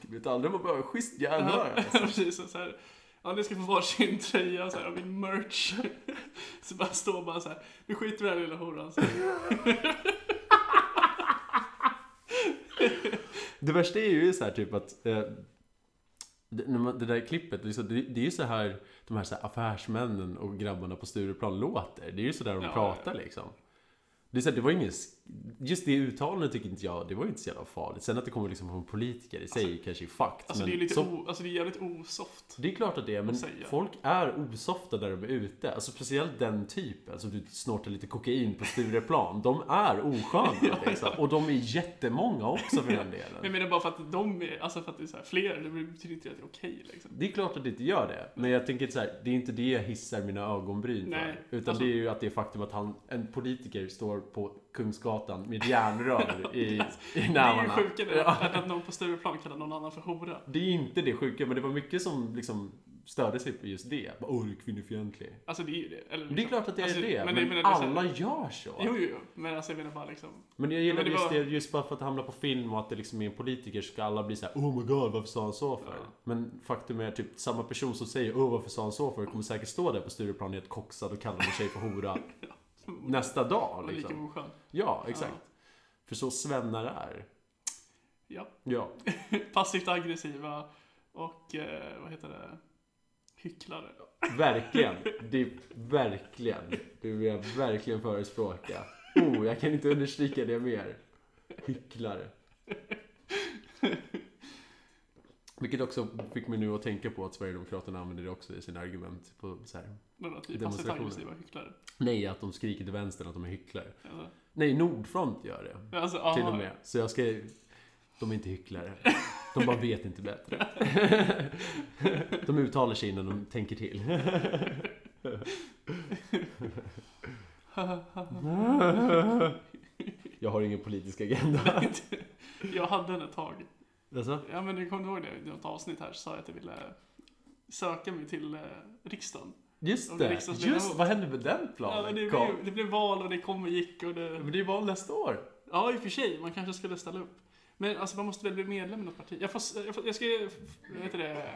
C: Det blir ett aldrig man behöver schysst järnrör. alltså.
B: Precis, och så här. Ja, ni ska få varsin tröja och så här, och min merch. Så bara står bara så här. Vi skiter i den här lilla horan. Så här.
C: Det värsta är ju så här typ att eh, det, när man, det där klippet, det är, så, det, det är ju så här de här, så här affärsmännen och grabbarna på Stureplan låter. Det är ju så där de
B: Ja,
C: pratar liksom. Det, är så här, det var ingen, sk- just det uttalandet tycker inte jag, det var ju inte så jävla farligt. Sen att det kommer liksom från politiker i sig kanske är fucked.
B: Alltså
C: men
B: det är ju lite
C: så-
B: o, alltså det är jävligt osoft.
C: Det är klart att det är, men
B: Vad säger jag?
C: folk är osofta där de är ute. Alltså speciellt den typen som du snortar lite kokain på Stureplan. De är osköna liksom. Och de är jättemånga också för den
B: Jag
C: delen.
B: menar bara för att de är, alltså för att det är så här fler, det betyder inte att det är okej liksom.
C: Det är klart att det inte gör det. Men jag tänker så här, det är inte det jag hissar mina ögonbryn
B: Nej,
C: för. Utan
B: alltså-
C: det är ju att det är faktum att han, en politiker står på Kungsgatan med järnrör i, i
B: Det är ju
C: nävarna.
B: sjukare
C: Ja.
B: än att någon på Stureplan kallar någon annan för hora.
C: Det är inte det sjuka, men det var mycket som liksom störde sig på just det. Bara, Åh, du är kvinnofientlig.
B: Alltså det är ju det. Eller,
C: Det är klart att det är
B: Alltså,
C: det, men,
B: men det- men det är så här-
C: alla gör så.
B: Jo, jo, jo. Men alltså jag menar bara liksom.
C: Men jag gillar
B: Men det
C: just
B: var-
C: det, just bara för att hamna på film och att det liksom är en politiker så ska alla bli så här: Oh my god, varför sa han så för?
B: Ja.
C: Men faktum är typ samma person som säger Oh varför sa han så för? kommer säkert stå där på Stureplan helt koksad och kallar en tjej för hora nästa dag
B: Liksom. Lika
C: liksom.
B: oskön.
C: Ja, exakt. För så svennar är.
B: Ja.
C: Ja,
B: Passivt aggressiva och eh, vad heter det? Hycklare.
C: verkligen. Det är verkligen. Det vill jag verkligen förespråka. Oh, jag kan inte understryka det mer. Hycklare. Vilket också fick mig nu att tänka på att Sverigedemokraterna använder det också i sina argument. På så här.
B: Men att vi är typ passivt
C: Demonstrationer.
B: aggressiva hycklare.
C: Nej, att de skriker till vänstern att de är hycklare.
B: Alltså,
C: Nej, Nordfront gör det.
B: men alltså, aha.
C: Till och med. Så jag ska... De är inte hycklare. De bara vet inte bättre. De uttalar sig innan de tänker till. Jag har ingen politisk agenda.
B: jag hade den ett tag.
C: Alltså?
B: Ja men du kommer ihåg det, i något avsnitt här så sa jag att jag ville söka mig till eh, riksdagen.
C: Just
B: Om
C: det!
B: riksdagsledamot.
C: Just Vad hände med den
B: Ja,
C: planen?
B: men det,
C: Carl?
B: blev, det blev val och det kom och gick och det...
C: Men det är ju val nästa år.
B: Ja, i och för sig. Man kanske skulle ställa upp. Men alltså, man måste väl bli medlem i något parti. Jag, får, jag, får, jag ska... Vad heter det?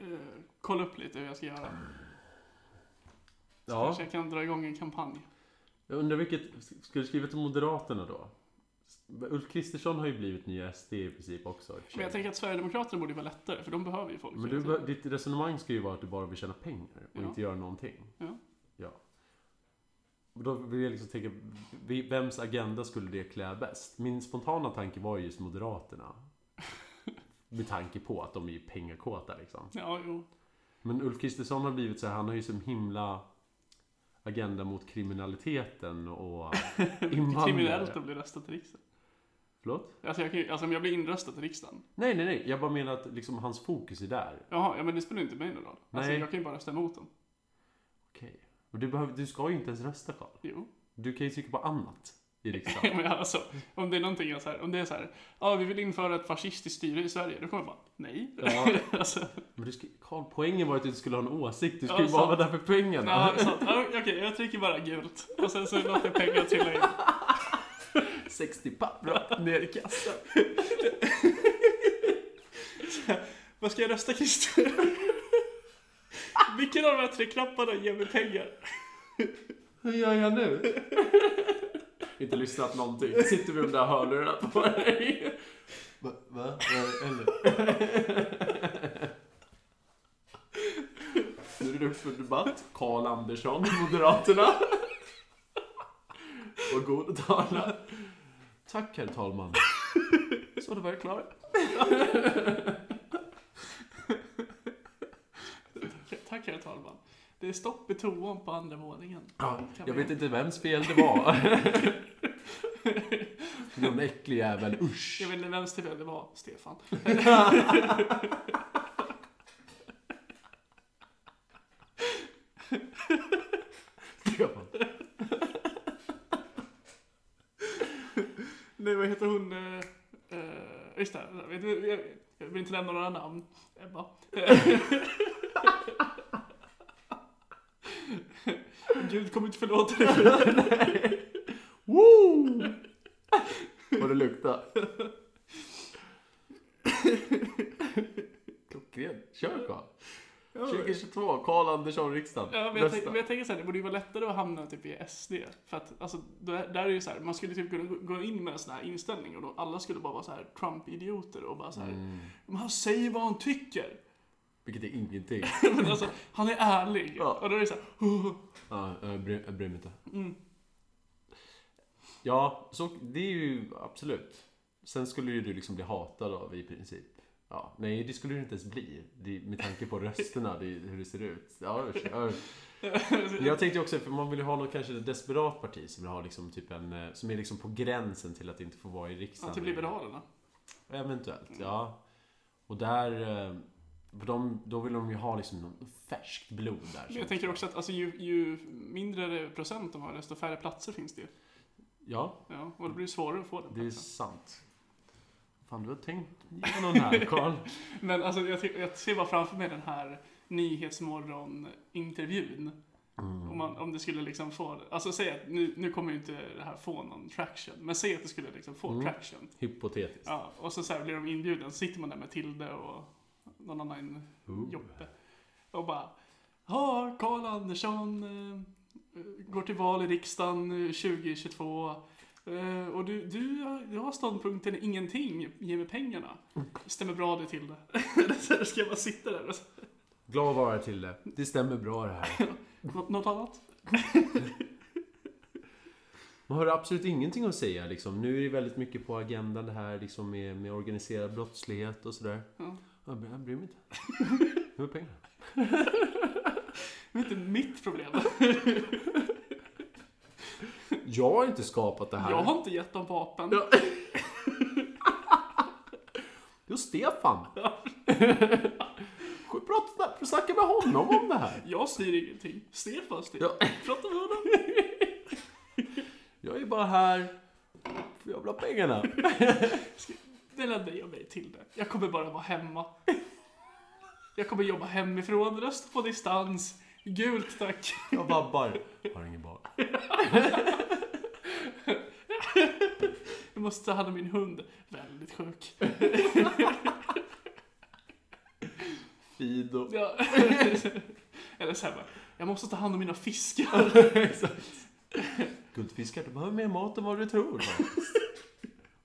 B: Eh, kolla upp lite hur jag ska göra. Så
C: Ja.
B: kanske jag kan dra igång en kampanj.
C: Jag undrar vilket... Ska du skriva till Moderaterna då? Ulf Kristersson har ju blivit nya SD i princip också. i och för sig.
B: Men jag tänker att Sverigedemokraterna borde vara lättare, för de behöver ju folk.
C: Men du,
B: hela
C: bör-
B: tiden.
C: ditt resonemang ska ju vara att du bara vill tjäna pengar och
B: Ja.
C: inte göra någonting.
B: Ja.
C: ja. Och Då vill jag liksom tänka, vi- vems agenda skulle det klä bäst? Min spontana tanke var ju just Moderaterna. Med tanke på att de är ju pengakåta liksom.
B: Ja, jo.
C: Men Ulf Kristersson har blivit så här, han har ju som himla agenda mot kriminaliteten och
B: Kriminellt
C: invandrare.
B: att bli röstad till riksdagen.
C: Förlåt?
B: Alltså, jag kan, ju- alltså om jag blir inröstad till riksdagen.
C: Nej, nej, nej. Jag bara menar att liksom hans fokus är där.
B: Jaha, ja men det spelar ju inte mig någon roll. Alltså,
C: Nej.
B: jag kan ju bara rösta emot dem.
C: Okej. Men Du, behöver, du ska ju inte ens rösta Karl.
B: Jo.
C: Du kan ju trycka på annat i riksdagen.
B: men alltså, om det är någonting jag så här, om det är så här, ja vi vill införa ett fascistiskt styre i Sverige, då kommer jag bara, nej.
C: Ja.
B: alltså,
C: Men du ska, Carl, poängen var att du inte skulle ha en åsikt. Du skulle
B: Ja,
C: ju bara
B: sant.
C: vara där för pengarna.
B: Nej, så, ja, okej, jag trycker bara gult. Och sen så låter jag pengar trilla in.
C: 60 papp rakt ner i kassan.
B: Vad ska jag rösta Christer? Vilken av de här tre knapparna ger mig pengar?
C: Hur gör jag nu? inte lyssnat någonting. Sitter vi med de där hörlurarna på dig. Va? Va? Eller? nu är det upp för debatt. Carl Andersson, Moderaterna. Och god tala. Tack, herr talman. Så, då var jag klar.
B: Tack herr talman. Det är stopp i toan på andra våningen.
C: Ja,
B: Kan
C: jag
B: vi-
C: vet inte vems fel det var. Någon äcklig jävel, usch.
B: Jag vet inte vems det det var, Stefan.
C: Stefan.
B: Nej, vad heter hon? Uh, just det, jag, vet- jag, jag vill inte nämna några namn. Ebba. Gud kommer inte förlåta dig för det.
C: Woo! Vad det luktar. Klockren. Kör Carl. 2022, Carl Andersson, riksdagen.
B: Ja, men jag, tänk,
C: Rösta.
B: men jag tänker såhär, det borde ju vara lättare att hamna typ i SD. För att alltså, då- där är det ju såhär, man skulle typ kunna gå- gå in med en sån här inställning och då alla skulle bara vara såhär Trump-idioter och bara såhär,
C: Mm.
B: men han säger vad han tycker.
C: Vilket är ingenting.
B: men alltså, han är ärlig.
C: Ja.
B: Och då är det såhär, "Åh,
C: Ja, jag bryr, jag bryr mig inte. Ja, så det är ju absolut. Sen skulle ju du liksom bli hatad av i princip. Ja, nej, det skulle du inte ens bli. Det, med tanke på rösterna, det, är hur det ser ut. Ja, usch, ja, usch. Men Jag tänkte ju också, för man vill ju ha något kanske ett desperat parti som vill ha liksom typ en, eh, som är liksom på gränsen till att inte få vara i riksdagen.
B: han typ Liberalerna.
C: Eventuellt, ja. Och där, eh, för de, då vill de ju ha liksom någon färskt blod där.
B: Men jag tänker också att alltså, ju, ju mindre procent de har, desto färre platser finns det ju.
C: Ja,
B: Ja, och då blir det svårare att få den
C: Det är
B: platsen.
C: sant. Fan, du har tänkt igenom det här, Karl.
B: Men alltså, jag, ty- jag ser bara framför mig den här Nyhetsmorgon-intervjun. Om, man, om det skulle liksom få, alltså säg att nu, nu kommer ju inte det här få någon traction, men säg att det skulle liksom få traction.
C: Hypotetiskt.
B: Ja, och så, så här blir de inbjuden, sitter man där med Tilde och någon annan Joppe. Och bara, ja, Karl Andersson eh, går till val i riksdagen eh, 2022. Eh, och du, du, har- du har ståndpunkten ingenting, ge mig pengarna.
C: Mm.
B: Stämmer bra det till det. Så Ska jag bara sitta där och så-
C: Glad att vara till det. Det stämmer bra det här.
B: Nå- Något annat?
C: Man har absolut ingenting att säga liksom. Nu är det väldigt mycket på agendan det här liksom med, med organiserad brottslighet och sådär.
B: Ja.
C: Jag bryr jag bryr mig inte. Jag har pengar.
B: Det är inte mitt problem.
C: Jag har inte skapat det här.
B: Jag har inte gett dem vapen.
C: Ja. Det är Stefan. 7 Prata, snacka med honom om det här.
B: Jag styr ingenting. Stefan styr.
C: Ja.
B: Prata med honom.
C: Jag är bara här för jag vill ha pengarna.
B: Dela dig och mig till det. Jag kommer bara vara hemma. Jag kommer jobba hemifrån, rösta på distans. Gult tack.
C: Jag vabbar. Har ingen bar.
B: Jag måste ta hand om min hund. Väldigt sjuk.
C: Fido.
B: Ja. Eller så här bara, jag måste ta hand om mina fiskar.
C: Guldfiskar, du behöver mer mat än vad du tror. faktiskt.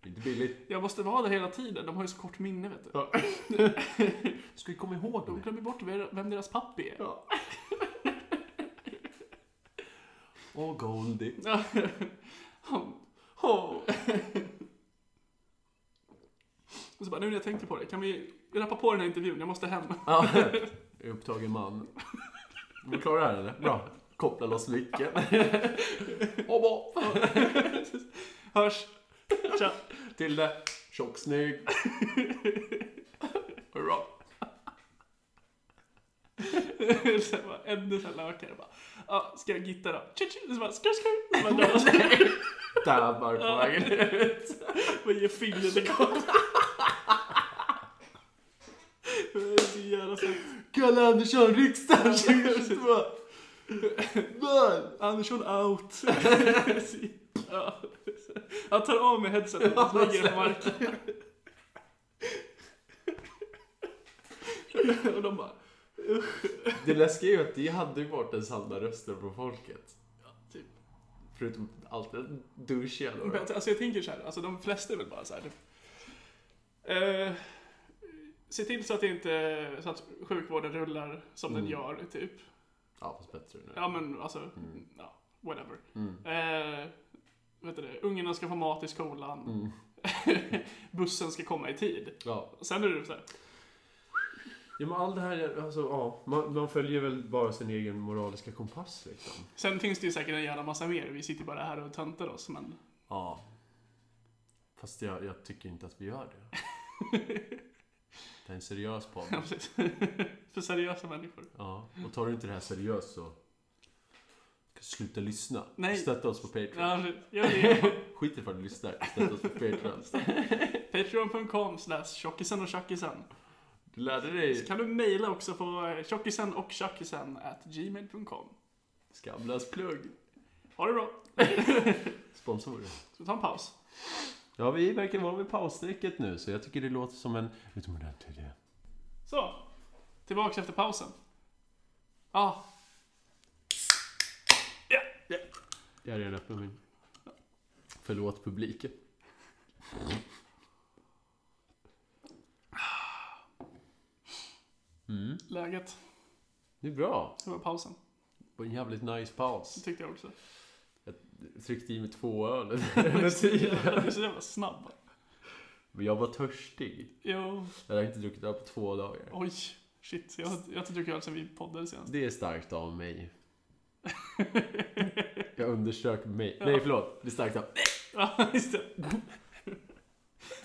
C: Det är inte billigt.
B: Jag måste vara där hela tiden, de har ju så kort minne vet du.
C: Ja. Ska vi komma ihåg
B: De
C: det?
B: glömmer bort vem deras pappi är.
C: Ja. Åh, Goldie.
B: Åh. Och så bara, nu när jag tänker på det, kan vi rappa på den här intervjun? Jag måste hem.
C: Ja. Jag är upptagen man. Är vi klara här eller? Bra. Koppla loss nyckeln. Åh, bra.
B: Hörs! Tja!
C: Till det. Tjock, snygg. Hurra.
B: Sen bara, ännu så här lökare bara. Ja, ska jag gitta då? Tju, tju. Så bara, skru, skru. Så bara, drar man-
C: Dabbar på vägen
B: Och ger fingret i golvet. Det är så jävla fett.
C: Kalle Andersson, riksdagen 2022. Man.
B: Andersson out. Ja. Jag tar av mig headsetet och lägger det på marken. Och de bara,
C: Det läskiga är ju att det hade ju varit den sanna rösten från folket.
B: typ.
C: Förutom allt det douchiga då.
B: Men, Alltså jag tänker så här, alltså de flesta är väl bara så här. Eh, se till så att det inte, så att sjukvården rullar som den gör, typ.
C: Ja, fast bättre nu.
B: Ja men alltså, ja, whatever. Eh, vet du det, ungarna ska få mat i skolan. Bussen ska komma i tid.
C: Ja.
B: Sen är det så här,
C: ja, men allt det här, är- alltså ja. Man, man följer väl bara sin egen moraliska kompass liksom.
B: sen finns det ju säkert en jävla massa mer. Vi sitter bara här och töntar oss men
C: Ja. Fast jag, jag tycker inte att vi gör det. Det är en seriös
B: ja,
C: podd.
B: precis. För seriösa människor.
C: Ja. Och tar du inte det här seriöst så ska du sluta lyssna.
B: Nej.
C: Stötta oss på Patreon.
B: Ja, precis. Gör det.
C: Skit i ifall du lyssnar. Stötta oss på Patreon.
B: Patreon.com slash tjockisen och tjackisen.
C: Du lärde dig
B: Kan du mejla också på eh, tjockisen och tjackisen at gmail.com.
C: Skavlans plugg.
B: Ha det bra.
C: Sponsorer.
B: Ska vi ta en paus?
C: Ja, vi verkar vara vid pausstrecket nu så jag tycker det låter som en utomordentlig idé.
B: Så, tillbaks efter pausen. Ah, Ja,
C: Jag är redan öppen min. Förlåt publiken.
B: läget.
C: Det är bra.
B: Det var pausen.
C: Det var en jävligt nice
B: Det
C: paus.
B: tyckte jag också.
C: Tryckte i mig två öl under tiden.
B: Du är så jävla snabb.
C: Men jag var törstig.
B: Jo,
C: Jag hade inte druckit öl på två dagar.
B: oj. Shit, jag, har- jag har inte druckit öl sen vi poddade senast.
C: Det är starkt av mig. Jag underströk mig. Nej, förlåt. Det är starkt av
B: Ja, just det.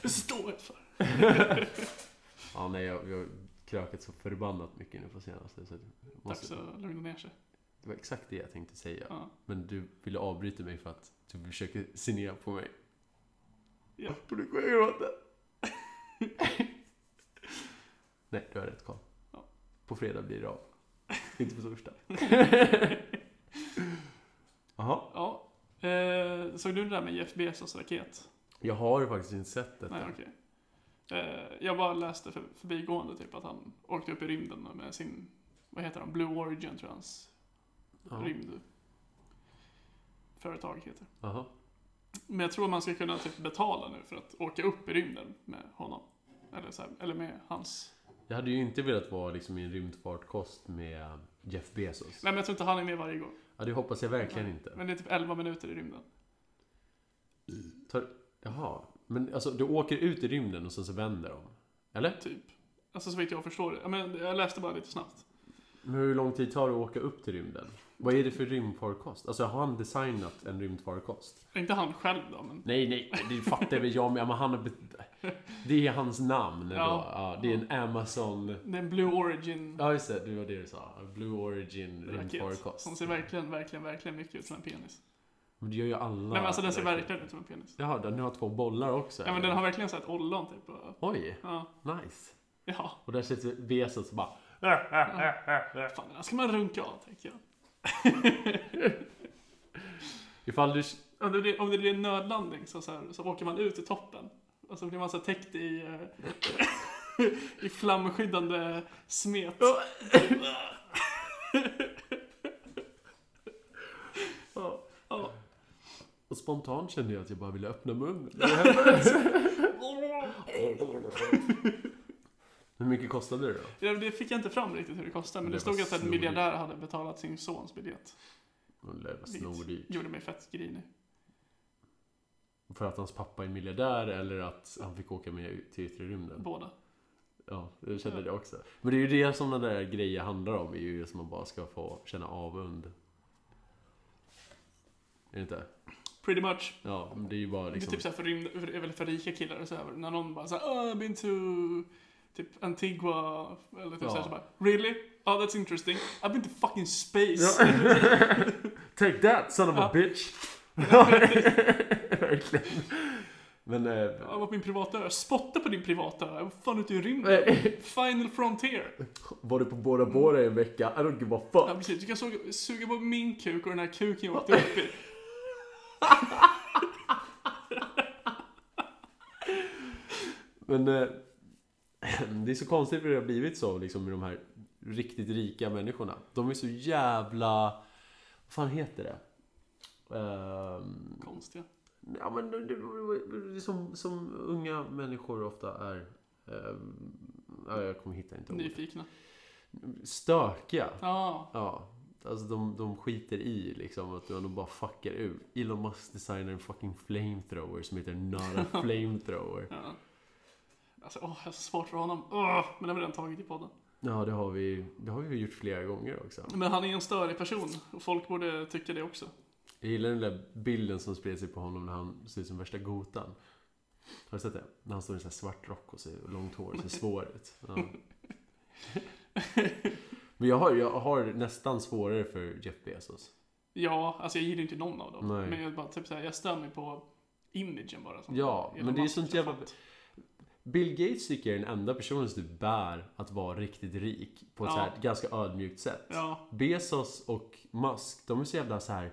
B: Det står jag för.
C: Ja, nej, jag, jag har krökat så förbannat mycket nu på senaste. Så jag
B: Dags
C: måste,
B: att lugna ner sig.
C: det var exakt det jag tänkte säga.
B: Ja.
C: Men du ville avbryta mig för att du försöker signera på mig.
B: Ja.
C: Och nu kommer jag gråta. nej, du har rätt Karl.
B: Ja.
C: På fredag blir det av. Inte på torsdag. Jaha.
B: ja. Eh, såg du det där med Jeff Bezos raket?
C: Jag har faktiskt inte sett detta.
B: Nej, okej. Eh, jag bara läste för, förbigående typ att han åkte upp i rymden med sin, vad heter han, Blue Origin tror jag hans
C: Jaha.
B: rymdföretag heter.
C: Jaha.
B: Men jag tror man ska kunna typ betala nu för att åka upp i rymden med honom. Eller, så här, eller med hans...
C: Jag hade ju inte velat vara liksom i en rymdfartkost med Jeff Bezos.
B: Nej men jag tror inte han är med varje gång.
C: Ja, det hoppas jag verkligen inte.
B: Men det är typ 11 minuter i rymden.
C: Tar, jaha, men alltså du åker ut i rymden och sen så vänder de? Eller?
B: Typ. Alltså så vitt jag förstår det. Ja, men jag läste bara lite snabbt.
C: Men hur lång tid tar det att åka upp till rymden? Vad är det för rymdfarkost? Alltså har han designat en rymdfarkost?
B: Inte han själv då men...
C: Nej, nej, det fattar väl jag med. Men han har... bet- Det är hans namn
B: Ja.
C: då. Ja, det är en Amazon...
B: Den Blue Origin
C: Ja, just det. Det var det du sa. Blue Origin
B: raket.
C: rymdfarkost.
B: Som ser verkligen, verkligen, verkligen mycket ut som en penis.
C: Men det gör ju alla.
B: Nej men alltså den ser verkligen ut som en penis.
C: Jaha, den har två bollar också.
B: Ja men den har verkligen så här ett ollon typ. och-
C: Oj,
B: Ja.
C: nice.
B: Ja.
C: Och där sitter Vesos och bara...
B: Fan den här ska man runka av tänker jag.
C: Ifall du...
B: Om det blir, om det blir en nödlandning så, så, här, så åker man ut i toppen. Och så blir man så här täckt i, eh, i flamskyddande smet. ja, ja.
C: Och spontant kände jag att jag bara ville öppna munnen. Hur mycket kostade det då?
B: Ja, Det fick jag inte fram riktigt hur det kostade, men det,
C: Det var
B: stod att en
C: snordyrt.
B: miljardär hade betalat sin sons biljett.
C: Hon lär vara
B: Vilket
C: snordyr.
B: Gjorde mig fett grinig.
C: För att hans pappa är miljardär eller att han fick åka med till yttre rymden.
B: Båda.
C: Ja, jag kände
B: Ja.
C: det också. Men det är ju det som den där grejer handlar om. är ju just att man bara ska få känna avund. Är det inte?
B: Pretty much.
C: Ja, men det är ju bara
B: Det är
C: liksom...
B: typ såhär för, rymd, för, väl för rika killar och så här, när någon bara såhär oh, I've been to typ Antigua eller typ
C: Ja.
B: såhär så bara Really? Oh that's interesting. I've been to fucking space.
C: Take that son of
B: Ja.
C: bitch! Verkligen. Men... eh,
B: Jag var på min privata ö. Spotta på din privata ö. Jag var fan ute i rymden.
C: eh,
B: Final frontier.
C: Var du på Bora Bora i en vecka? I don't give a fuck.
B: Ja, precis. Du kan suga, suga på min kuk och den här kuken jag åkte upp i.
C: Men eh, det är så konstigt för det har blivit så liksom med de här riktigt rika människorna. De är så jävla... Vad fan heter det? Ehm,
B: Konstiga.
C: ja, men det, det, det, det, som, som unga människor ofta är. ehm, ja, jag kommer hitta inte ordet.
B: Nyfikna.
C: Stökiga.
B: Ja.
C: Ja. Alltså de, de skiter i liksom att de bara fuckar ur. Elon Musk designar en fucking flamethrower som heter Not a flamethrower.
B: ja. Alltså åh, jag har så svårt för honom. Åh, men det har vi redan tagit i podden.
C: Ja, det har vi, det har vi gjort flera gånger också.
B: Men han är en störig person. Och folk borde tycka det också.
C: Jag gillar den där bilden som spred sig på honom när han ser ut som värsta gotan. Har du sett det? När han står i en sån här svart rock och ser och långt hår och ser svår ut. Ja. Men jag har, jag har nästan svårare för Jeff Bezos.
B: Ja, alltså jag gillar ju inte någon av dem.
C: Nej.
B: Men jag bara typ såhär, jag stör mig på imagen bara. Som
C: Ja,
B: Elon
C: men det är ju
B: Musk
C: sånt
B: har
C: jävla-
B: fått.
C: Bill Gates tycker jag är den enda personen som typ bär att vara riktigt rik på ett
B: Ja.
C: så här ganska ödmjukt sätt.
B: Ja,
C: Bezos och Musk, de är så jävla så här.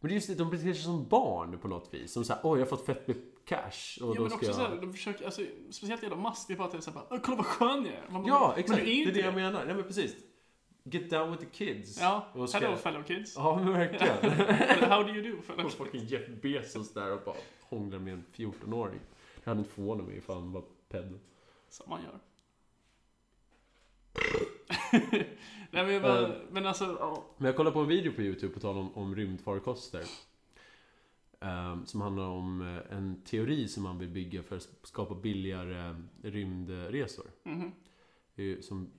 C: Men det är just det, de beter sig som barn på något vis. Som såhär, oj jag har fått fett med cash. Och
B: ja
C: då
B: men
C: ska
B: också
C: jag...
B: såhär, de försöker, alltså, speciellt Elon Musk, det är bara att det är såhär, bara, "Åh, kolla vad skön jag är. Man bara,
C: Ja, exakt.
B: Men du är
C: det
B: ju
C: är det
B: inte
C: jag menar. Nej men precis. Get down with the kids.
B: Ja,
C: Och ska-
B: hello fellow kids.
C: Ja, men verkligen.
B: Eller, How do you do fellow
C: och
B: kids?
C: fucking Jeff Bezos där och bara hånglar med en 14-åring. Jag hade inte förvånat mig ifall han var pedo.
B: Som man gör. Nej men jag bara,
C: Eh.
B: men alltså, ja.
C: Men jag kollade på en video på YouTube på tal om, om rymdfarkoster. Ehm, som handlar om eh, en teori som man vill bygga för att skapa billigare eh, rymdresor.
B: mhm.
C: Det är ju- Som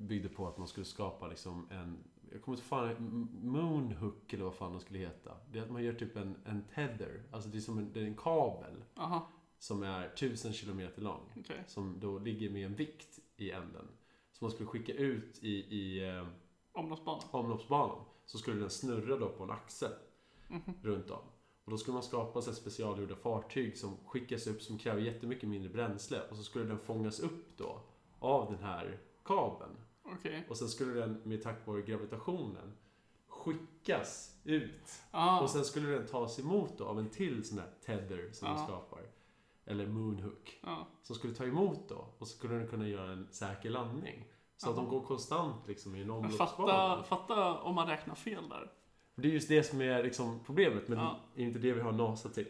C: byggde på att man skulle skapa liksom en jag kommer inte fan M- Moonhook eller vad fan de skulle heta. Det är att man gör typ en, en tether. Alltså det är som en, det är en kabel
B: Aha,
C: som är 1000 kilometer lång.
B: okej.
C: Som då ligger med en vikt i änden. Som man skulle skicka ut i, i eh,
B: Omloppsbana.
C: omloppsbanan. Så skulle den snurra då på en axel
B: Mhm.
C: runt om. Och då skulle man skapa sig specialgjorda fartyg som skickas upp som kräver jättemycket mindre bränsle. Och så skulle den fångas upp då av den här kabeln.
B: Okej.
C: Och sen skulle den med tack vare gravitationen skickas ut.
B: Ah,
C: Och sen skulle den tas emot då av en till sån här tether som
B: Ja.
C: de skapar. Eller moonhook.
B: ja.
C: Som skulle ta emot då. Och så skulle den kunna göra en säker landning. Så att de
B: Ja.
C: går konstant liksom i en
B: Men
C: omloppsbana.
B: fatta, fatta om man räknar fel där.
C: Det är just det som är liksom problemet. Men
B: Ja.
C: det är inte det vi har NASA till.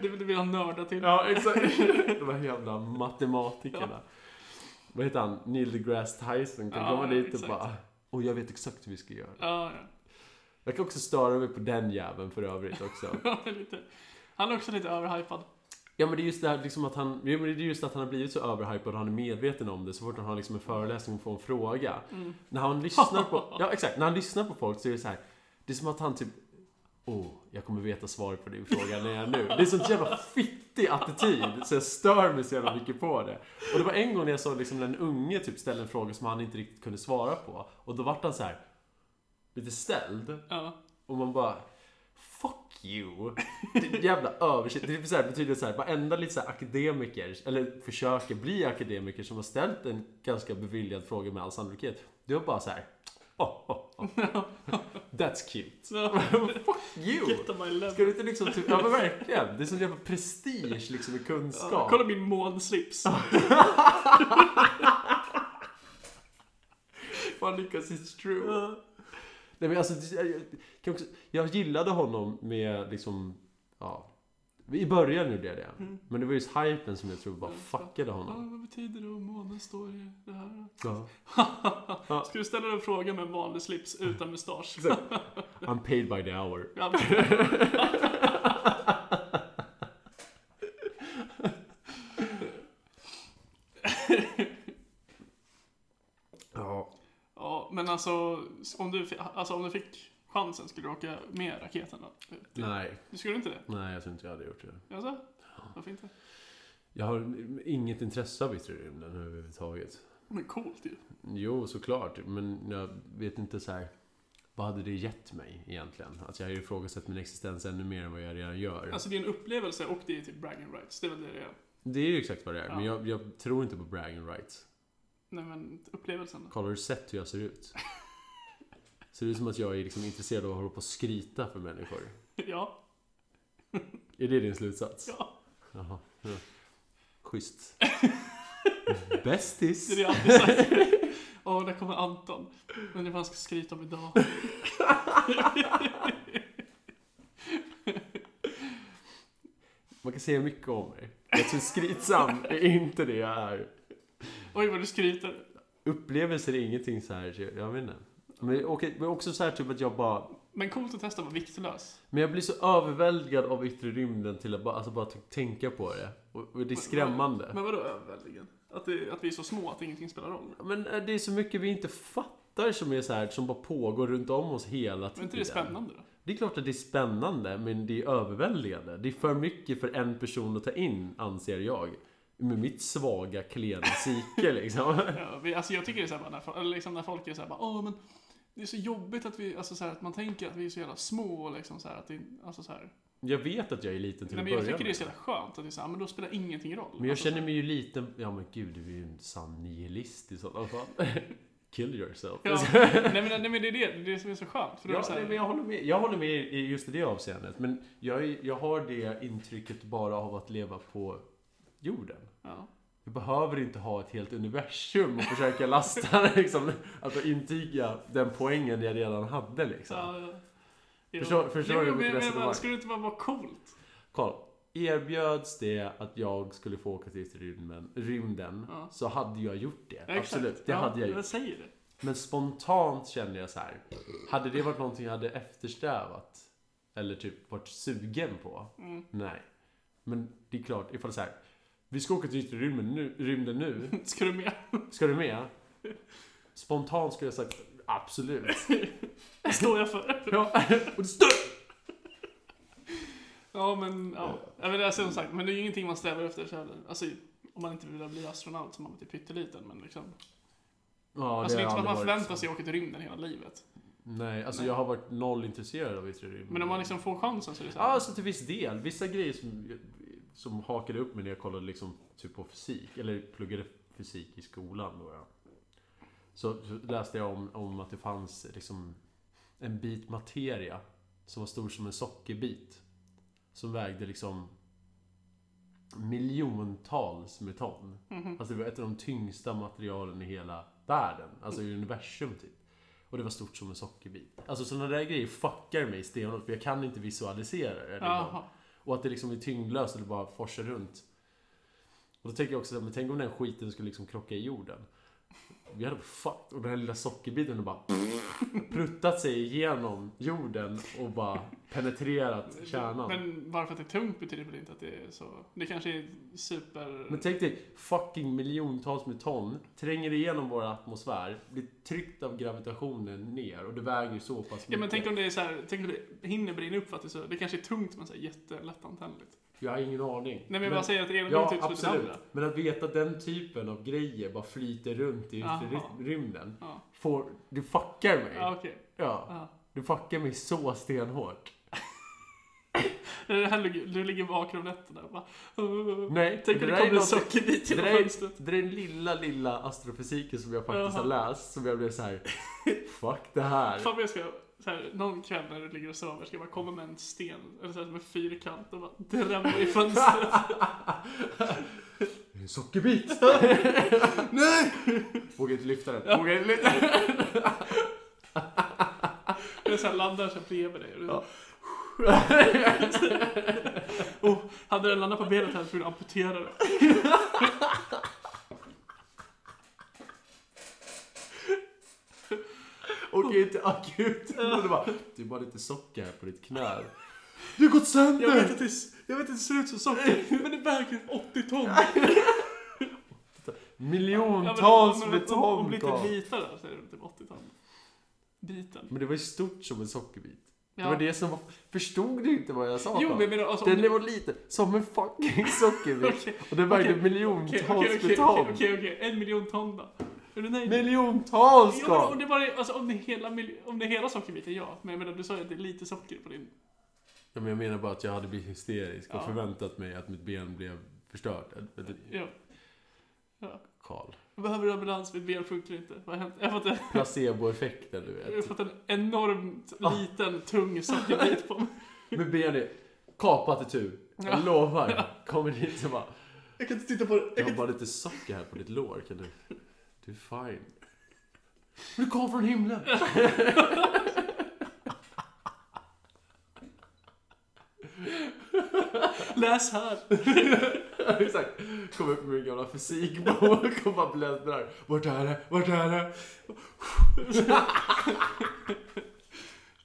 B: Det vill vi ha nördar till.
C: Ja, exakt. De här jävla matematikerna. Vad heter han? Neil deGrasse Tyson kan
B: Ja,
C: komma dit
B: exakt.
C: och bara Och jag vet exakt hur vi ska göra.
B: Ja, ja.
C: Jag kan också störa mig på den jäveln för övrigt också.
B: Han är lite, han är också lite överhypad.
C: Ja men det är just det här liksom att han, jo, men det är just att han har blivit så överhypad och han är medveten om det så fort han har liksom en föreläsning och får en fråga.
B: Mm.
C: När han lyssnar på, ja exakt, när han lyssnar på folk så är det så här. Det är som att han typ Åh, oh, jag kommer veta svaret på din fråga när jag är nu. Det är sånt jävla fitt skittig attityd så jag stör mig så jävla mycket på det. Och det var en gång när jag såg liksom när en unge typ ställde en fråga som han inte riktigt kunde svara på. Och då vart han så här lite ställd.
B: Ja.
C: Och man bara Fuck you! Det jävla översikt. Det är så här, betyder så här, varenda lite så här akademiker, eller försöker bli akademiker som har ställt en ganska beviljad fråga med all sannolikhet. Det var bara så här. Oh, oh, oh. That's cute.
B: Så,
C: Fuck you!
B: get on my level.
C: Ska du inte liksom typ, ja men verkligen. Det är sån jävla prestige liksom i
B: Ja,
C: kunskap.
B: kolla min månslips.
C: Fan lyckas it's true. Nej men alltså, det- jag, jag, kan också, jag gillade honom med liksom, ja. I början nu blev det. Men det var just hypen som jag tror bara fuckade
B: Mm. Ja,
C: honom.
B: vad betyder det om månen står i det här?
C: Ja.
B: Ska du ställa en fråga med en vanlig slips utan mustasch?
C: I'm paid by the hour.
B: Ja, men-
C: Ja.
B: ja, men alltså om, du, fi- alltså om du fick chansen, skulle du åka med raketen då? Du,
C: Nej,
B: du skulle inte det?
C: nej jag tror inte jag hade gjort det.
B: Alltså? Varför inte?
C: Jag har inget intresse av yttre rymden överhuvudtaget.
B: Men coolt ju.
C: Jo, såklart. Men jag vet inte så här. Vad hade det gett mig egentligen? Att jag har ju ifrågasatt min existens ännu mer än vad jag redan gör.
B: Alltså det är en upplevelse och det är typ bragging rights. Det är väl det det är.
C: det är ju exakt vad det är. Men
B: Ja.
C: jag, jag tror inte på bragging rights.
B: Nej men upplevelsen då.
C: Karl, har du sett hur jag ser ut? Ser ut som att jag är liksom intresserad av att hålla på och skryta för människor?
B: Ja.
C: Är det din slutsats?
B: Ja.
C: Jaha. Ja. Schysst. Bästis!
B: Det är det jag alltid sagt. Åh, där kommer Anton. Undrar vad han ska skryta om idag.
C: Man kan säga mycket om mig. Jag tror skrytsam är inte det jag är.
B: Oj vad du skryter.
C: upplevelser är ingenting så här, jag vet inte. Men, okej, men också så här typ att jag bara,
B: Men coolt att testa att vara viktlös.
C: men jag blir så överväldigad av yttre rymden till att bara, alltså bara t- tänka på det. Och, och det är skrämmande.
B: Men vadå överväldigen? Att, det, att vi är så små att ingenting spelar roll?
C: Men eh, det är så mycket vi inte fattar som är så här, som bara pågår runt om oss hela tiden.
B: Men är inte det spännande då?
C: Det är klart att det är spännande, men det är överväldigande. Det är för mycket för en person att ta in, anser jag. Med mitt svaga, klena psyke liksom.
B: Ja, vi, alltså jag tycker det är såhär bara när, fol- eller liksom när folk är såhär bara Åh men det är så jobbigt att vi, alltså så här, att man tänker att vi är så jävla små och liksom så här, att det, alltså så här.
C: Jag vet att jag är liten till
B: Nej,
C: att
B: men jag
C: börja
B: tycker det är
C: med.
B: så jävla skönt att det är såhär, men då spelar ingenting roll.
C: Men jag
B: alltså, så
C: känner mig ju liten... Ja men gud, du är ju en sann nihilist i sådana fall. Kill yourself.
B: här. Ja, nej, men, nej men det är det, det är det som är så skönt. För då är
C: Ja,
B: det så
C: nej,
B: här,
C: men jag håller med, jag håller med i just det avseendet. Men jag, är- jag har det intrycket bara av att leva på jorden.
B: ja.
C: Jag behöver inte ha ett helt universum och försöka lasta liksom, att intyga den poängen jag redan hade
B: Så,
C: liksom.
B: ja. Jo.
C: Förstår- förstår
B: Jo,
C: du
B: men
C: mitt
B: jag menar
C: resonemang?
B: bara, Skulle det inte bara vara coolt?
C: Karl, erbjöds det att jag skulle få åka till yttre rymden, rymden
B: Ja.
C: så hade jag gjort det.
B: Ja, exakt.
C: Absolut, det
B: ja,
C: hade jag gjort.
B: Jag säger det.
C: Men spontant kände jag så här. Hade det varit någonting jag hade eftersträvat? Eller typ varit sugen på?
B: Mm.
C: Nej. Men det är klart, ifall det är så här. Vi ska åka till yttre rymden nu, rymden nu.
B: Ska du med?
C: Ska du med? Spontant skulle jag sagt absolut.
B: Det står jag för.
C: Ja, och det stör!
B: Ja, men ja. ja men det är som sagt, men det är ju ingenting man strävar efter så heller. Alltså, om man inte vill bli astronaut så man var typ pytteliten, men liksom.
C: Ja,
B: alltså, det är
C: har
B: inte som att
C: aldrig
B: man
C: varit
B: förväntar
C: så.
B: sig att åka till rymden hela livet.
C: Nej, alltså
B: Nej.
C: jag har varit noll intresserad av yttre rymden.
B: Men om man liksom får chansen så är det så
C: Mm. Ja,
B: här.
C: alltså till viss del. Vissa grejer som, som hakade upp mig när jag kollade liksom, typ på fysik, eller pluggade fysik i skolan då ja. Så så läste jag om, om att det fanns liksom en bit materia som var stor som en sockerbit. Som vägde liksom miljontals med ton.
B: Mhm.
C: Alltså det var ett av de tyngsta materialen i hela världen. Alltså
B: Mm.
C: i universum typ. Och det var stort som en sockerbit. Alltså sådana där grejer fuckar mig stenhårt för jag kan inte visualisera det. Liksom.
B: Jaha.
C: Och att det liksom är tyngdlöst och det bara forsar runt. Och då tänker jag också så här, men tänk om den här skiten skulle liksom krocka i jorden. Vi hade fucked. Och den här lilla sockerbiten hade bara pruttat sig igenom jorden och bara penetrerat liksom. kärnan.
B: Men bara för att det är tungt betyder väl inte att det är så. Det kanske är super...
C: Men tänk dig, fucking miljontals med ton tränger igenom vår atmosfär, blir tryckt av gravitationen ner och det väger ju så pass mycket.
B: Ja men tänk om det är så här, tänk om det hinner brinna upp för att det är så, det kanske är tungt men så här jättelättantändligt.
C: Jag har ingen aning.
B: Nej men jag bara säger att det
C: Ja,
B: ena behöver inte utesluta det
C: absolut.
B: andra.
C: Men att veta att den typen av grejer bara flyter runt i yttre
B: Aha.
C: ry- rymden.
B: Ja.
C: Får, du fuckar mig.
B: Ja, okej.
C: Ja.
B: Ja.
C: Du fuckar mig så stenhårt.
B: Det här ligger- Du ligger vaken om nätterna och bara...
C: Nej,
B: Tänk om
C: där
B: det
C: är
B: kommer en
C: något-
B: sockerbit
C: det,
B: genom
C: där är,
B: fönstret.
C: det där är den lilla, lilla astrofysiken som jag faktiskt
B: Jaha.
C: har läst. Som jag blev så här. fuck det här.
B: Fan vad jag ska... Så här, någon kväll när du ligger och sover ska jag bara komma med en sten, eller så här, som en fyrkant och bara drämma i fönstret.
C: En sockerbit!
B: Nej!
C: Vågar inte lyfta den. Vågar inte lyfta den.
B: Eller så här, landar så här bredvid dig. Och du,
C: Ja.
B: oh, hade den landat på benet här så skulle du amputera det.
C: Åker in till akuten och du bara, det är bara lite socker här på ditt knä. Du har gått sönder!
B: Jag vet att det, s- jag vet att det ser ut som socker, men det väger 80 ton.
C: Miljontals
B: Ja,
C: ja,
B: men-
C: med
B: om- Om lite
C: tomtar.
B: bitar där så är det typ 80 ton. Biten.
C: Men det var ju stort som en sockerbit.
B: Ja.
C: Det var det som var... Förstod du inte vad jag sa?
B: Jo,
C: då?
B: men jag menar alltså... om
C: Den
B: du-
C: var liten, som en fucking sockerbit.
B: Okej.
C: Och den vägde
B: Okej,
C: miljontals
B: Okej, okej,
C: med
B: okej,
C: ton.
B: okej, okej, okej. En miljon ton då. Är du nöjd?
C: Miljontals
B: Jo, men om
C: ton!
B: det bara är, alltså om det är hela, mil- om det är hela sockerbiten, ja. Men jag menar, du sa ju att det är lite socker på din...
C: Ja, men jag menar bara att jag hade blivit hysterisk och
B: Ja.
C: förväntat mig att mitt ben blev förstört.
B: Ja. ja.
C: Karl.
B: Behöver du ambulans? Mitt ben funkar inte. Vad har hänt? Jag har fått en,
C: Placeboeffekten, du
B: jag har
C: vet.
B: fått en enormt
C: Ah.
B: liten, tung sockerbit på mig.
C: Typ- Men ben är kapat i tur. Jag
B: Ja.
C: lovar. Kommer dit och bara...
B: Jag kan inte titta på det.
C: Jag har bara lite socker här på ditt lår, kan du... Du är fine. Men du kom från himlen!
B: Läs här!
C: Exakt. Kommer upp med min gamla fysikbok och bara bläddrar. Vart är det? Vart är det?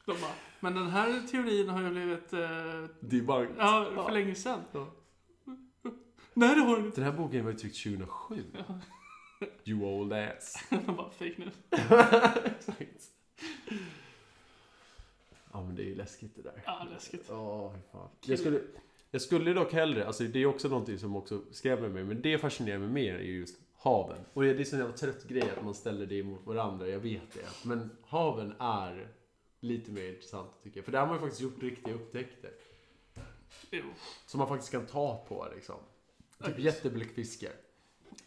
B: De bara, men den här teorin har ju blivit... Eh,
C: Debunk.
B: ja, för länge sedan.
C: Ja.
B: Nej, det har den inte.
C: Den här boken var ju tryckt 2007. You old ass.
B: De bara, fake news.
C: Exakt. Ja men det är ju läskigt det där.
B: Ja, läskigt.
C: Ja, fy fan. Jag skulle, jag skulle dock hellre, alltså det är också någonting som också skrämmer mig, men det fascinerar mig mer är ju just haven. Och det är en sån jävla trött grej att man ställer det mot varandra, jag vet det. Men haven är lite mer intressant tycker jag. För där har man ju faktiskt gjort riktiga upptäckter.
B: Jo,
C: Som man faktiskt kan ta på liksom. Typ jättebläckfiskar.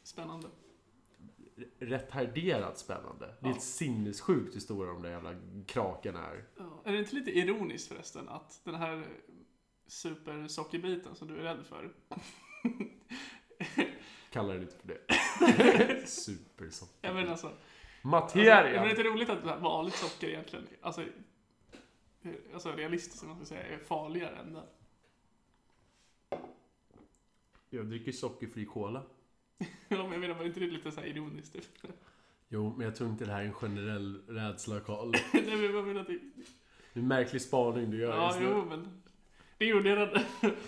B: spännande.
C: Retarderat spännande. Det är
B: Ja.
C: ett sinnessjukt hur stora de där jävla krakarna är.
B: Ja. Är det inte lite ironiskt förresten att den här supersockerbiten som du är rädd för
C: Kallar det inte för det. Supersocker.
B: Jag menar alltså, alltså,
C: Materia!
B: men är det inte roligt att det här vanligt socker egentligen, alltså, eh, alltså realistiskt om man ska säga, är farligare än det?
C: Jag dricker sockerfri cola.
B: Ja, men jag menar, var inte det lite så här ironiskt? Typ?
C: Jo, men jag tror inte det här är en generell rädsla, Karl.
B: Nej, men jag menar att det,
C: Det är en märklig spaning du gör
B: ja,
C: just
B: jo,
C: nu.
B: men det gjorde jag redan.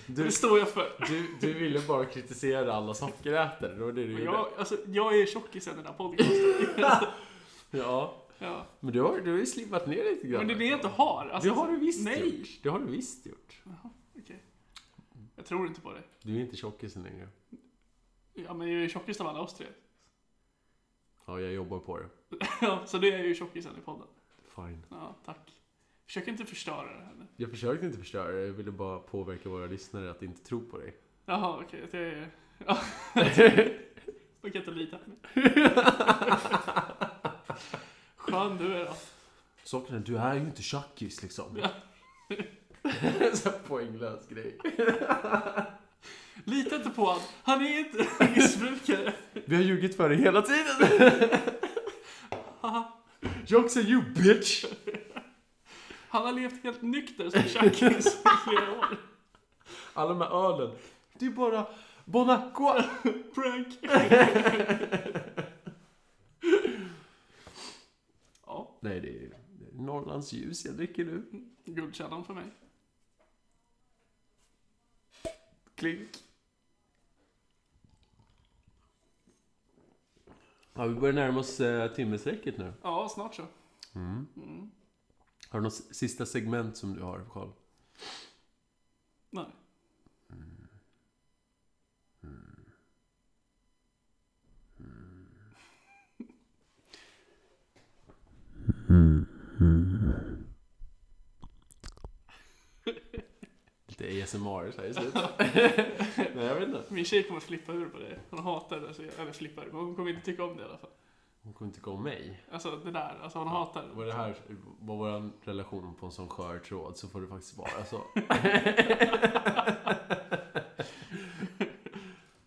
C: Du,
B: Det står jag för.
C: du, du ville bara kritisera alla sockerätare, det var det du
B: Och
C: gjorde.
B: Jag, alltså, jag är tjockisen i den här podcasten. Alltså,
C: Ja.
B: ja.
C: Men du har, du har ju slimmat ner lite grann.
B: Men det är det jag inte
C: Karl.
B: har. Alltså,
C: det har du visst
B: nej.
C: gjort. Det har du visst gjort.
B: Okej. Jag tror inte på det.
C: Du är inte tjockisen längre.
B: Ja, men jag är ju tjockis av alla oss tre.
C: Ja, jag jobbar på det.
B: Ja, så det är jag ju tjockisen i podden.
C: Fine.
B: Ja, tack. Försök inte förstöra det här nu.
C: Jag försökte inte förstöra det, jag ville bara påverka våra lyssnare att inte tro på dig.
B: Jaha, okej. att jag är... Ja. Man kan inte lita på mig. Skön du är då.
C: Saken är, du är ju inte tjackis liksom.
B: Ja.
C: Så här poänglös grej.
B: Lita inte på honom. Han är inte missbrukare.
C: Vi har ljugit för dig hela tiden! Jag också you bitch!
B: Han har levt helt nykter som tjackis i flera år.
C: Alla de här ölen. Det är bara Bon Aqua!
B: Prank. Ja,
C: Nej, det är det är Norrlands ljus jag dricker nu.
B: guldkällan för mig.
C: Klink. Ja, vi börjar närma oss eh, timmesstrecket nu.
B: Ja, snart så.
C: Har du något s- sista segment som du har, Karl?
B: Nej.
C: Det är ASMR så här i slutet. Nej, jag vet inte.
B: Min tjej kommer flippa ur på det. Hon hatar det. Så, eller flippar. Men hon kommer inte tycka om det i alla fall.
C: Hon kommer inte gå om mig.
B: Alltså det där. Alltså hon hatar
C: Var det här, var vår relation på en sån skör tråd så får du faktiskt vara så.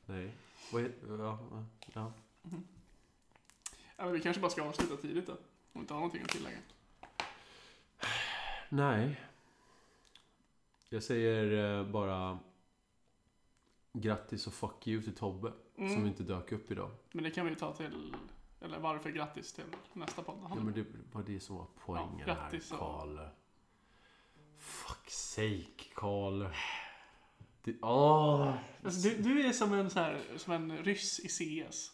C: Nej. Vad är- Ja, ja.
B: Ja, men vi kanske bara ska avsluta tidigt då. Om vi inte har någonting att tillägga.
C: Nej. Jag säger eh, bara grattis och fuck you till Tobbe
B: Mm.
C: som inte dök upp idag.
B: Men det kan vi ju ta till... Eller varför grattis till nästa podd.
C: Ja, men det var det som var poängen
B: Ja,
C: här,
B: grattis och-
C: Karl. Fuck sake, Karl. Det- Åh!
B: alltså, du, du är som en, så här, som en ryss i CS.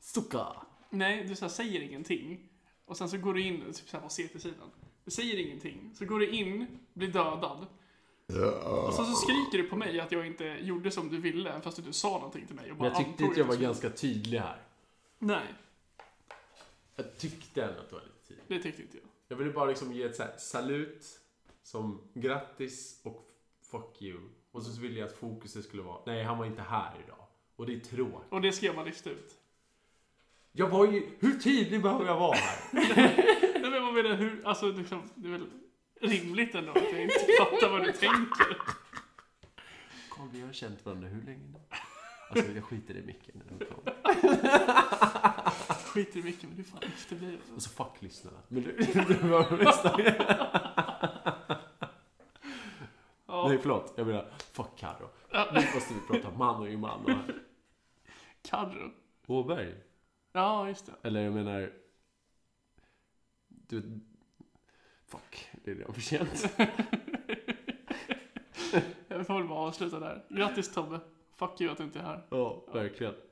C: Suka!
B: Nej, du så här, säger ingenting. Och sen så går du in typ så här, på CT-sidan. Du säger ingenting. Så går du in, blir dödad. Och sen så skriker du på mig att jag inte gjorde som du ville, fast du sa någonting till mig.
C: Men
B: Och bara
C: jag tyckte
B: antog
C: inte jag var
B: skulle-
C: ganska tydlig här.
B: Nej,
C: Jag tyckte ändå att det var lite tydligt.
B: det tyckte inte jag.
C: Jag ville bara liksom ge ett så här salut som grattis och fuck you. Och så ville jag att fokuset skulle vara, nej han var inte här idag. Och det är tråkigt.
B: Och det skrev man lista ut.
C: Jag var ju, hur tydlig behöver jag vara här?
B: Nej men vad menar du? Hur- Alltså liksom, det är väl rimligt ändå att jag inte fattar vad du tänker.
C: Carl, vi har känt varandra hur länge nu? Alltså jag skiter i micken när den kommer.
B: Skit i mycket men du är fan efterbliven.
C: Och så fuck lyssnarna. Men du, du var nästa.
B: Ja,
C: Nej förlåt, jag menar fuck Carro.
B: ja.
C: Nu måste vi prata man och man och här.
B: Carro.
C: Åberg.
B: Ja, just det.
C: Eller jag menar... Du... Fuck, det är redan för sent.
B: Jag får väl bara avsluta där. Grattis Tobbe. Fuck you att du inte är här.
C: Ja, verkligen.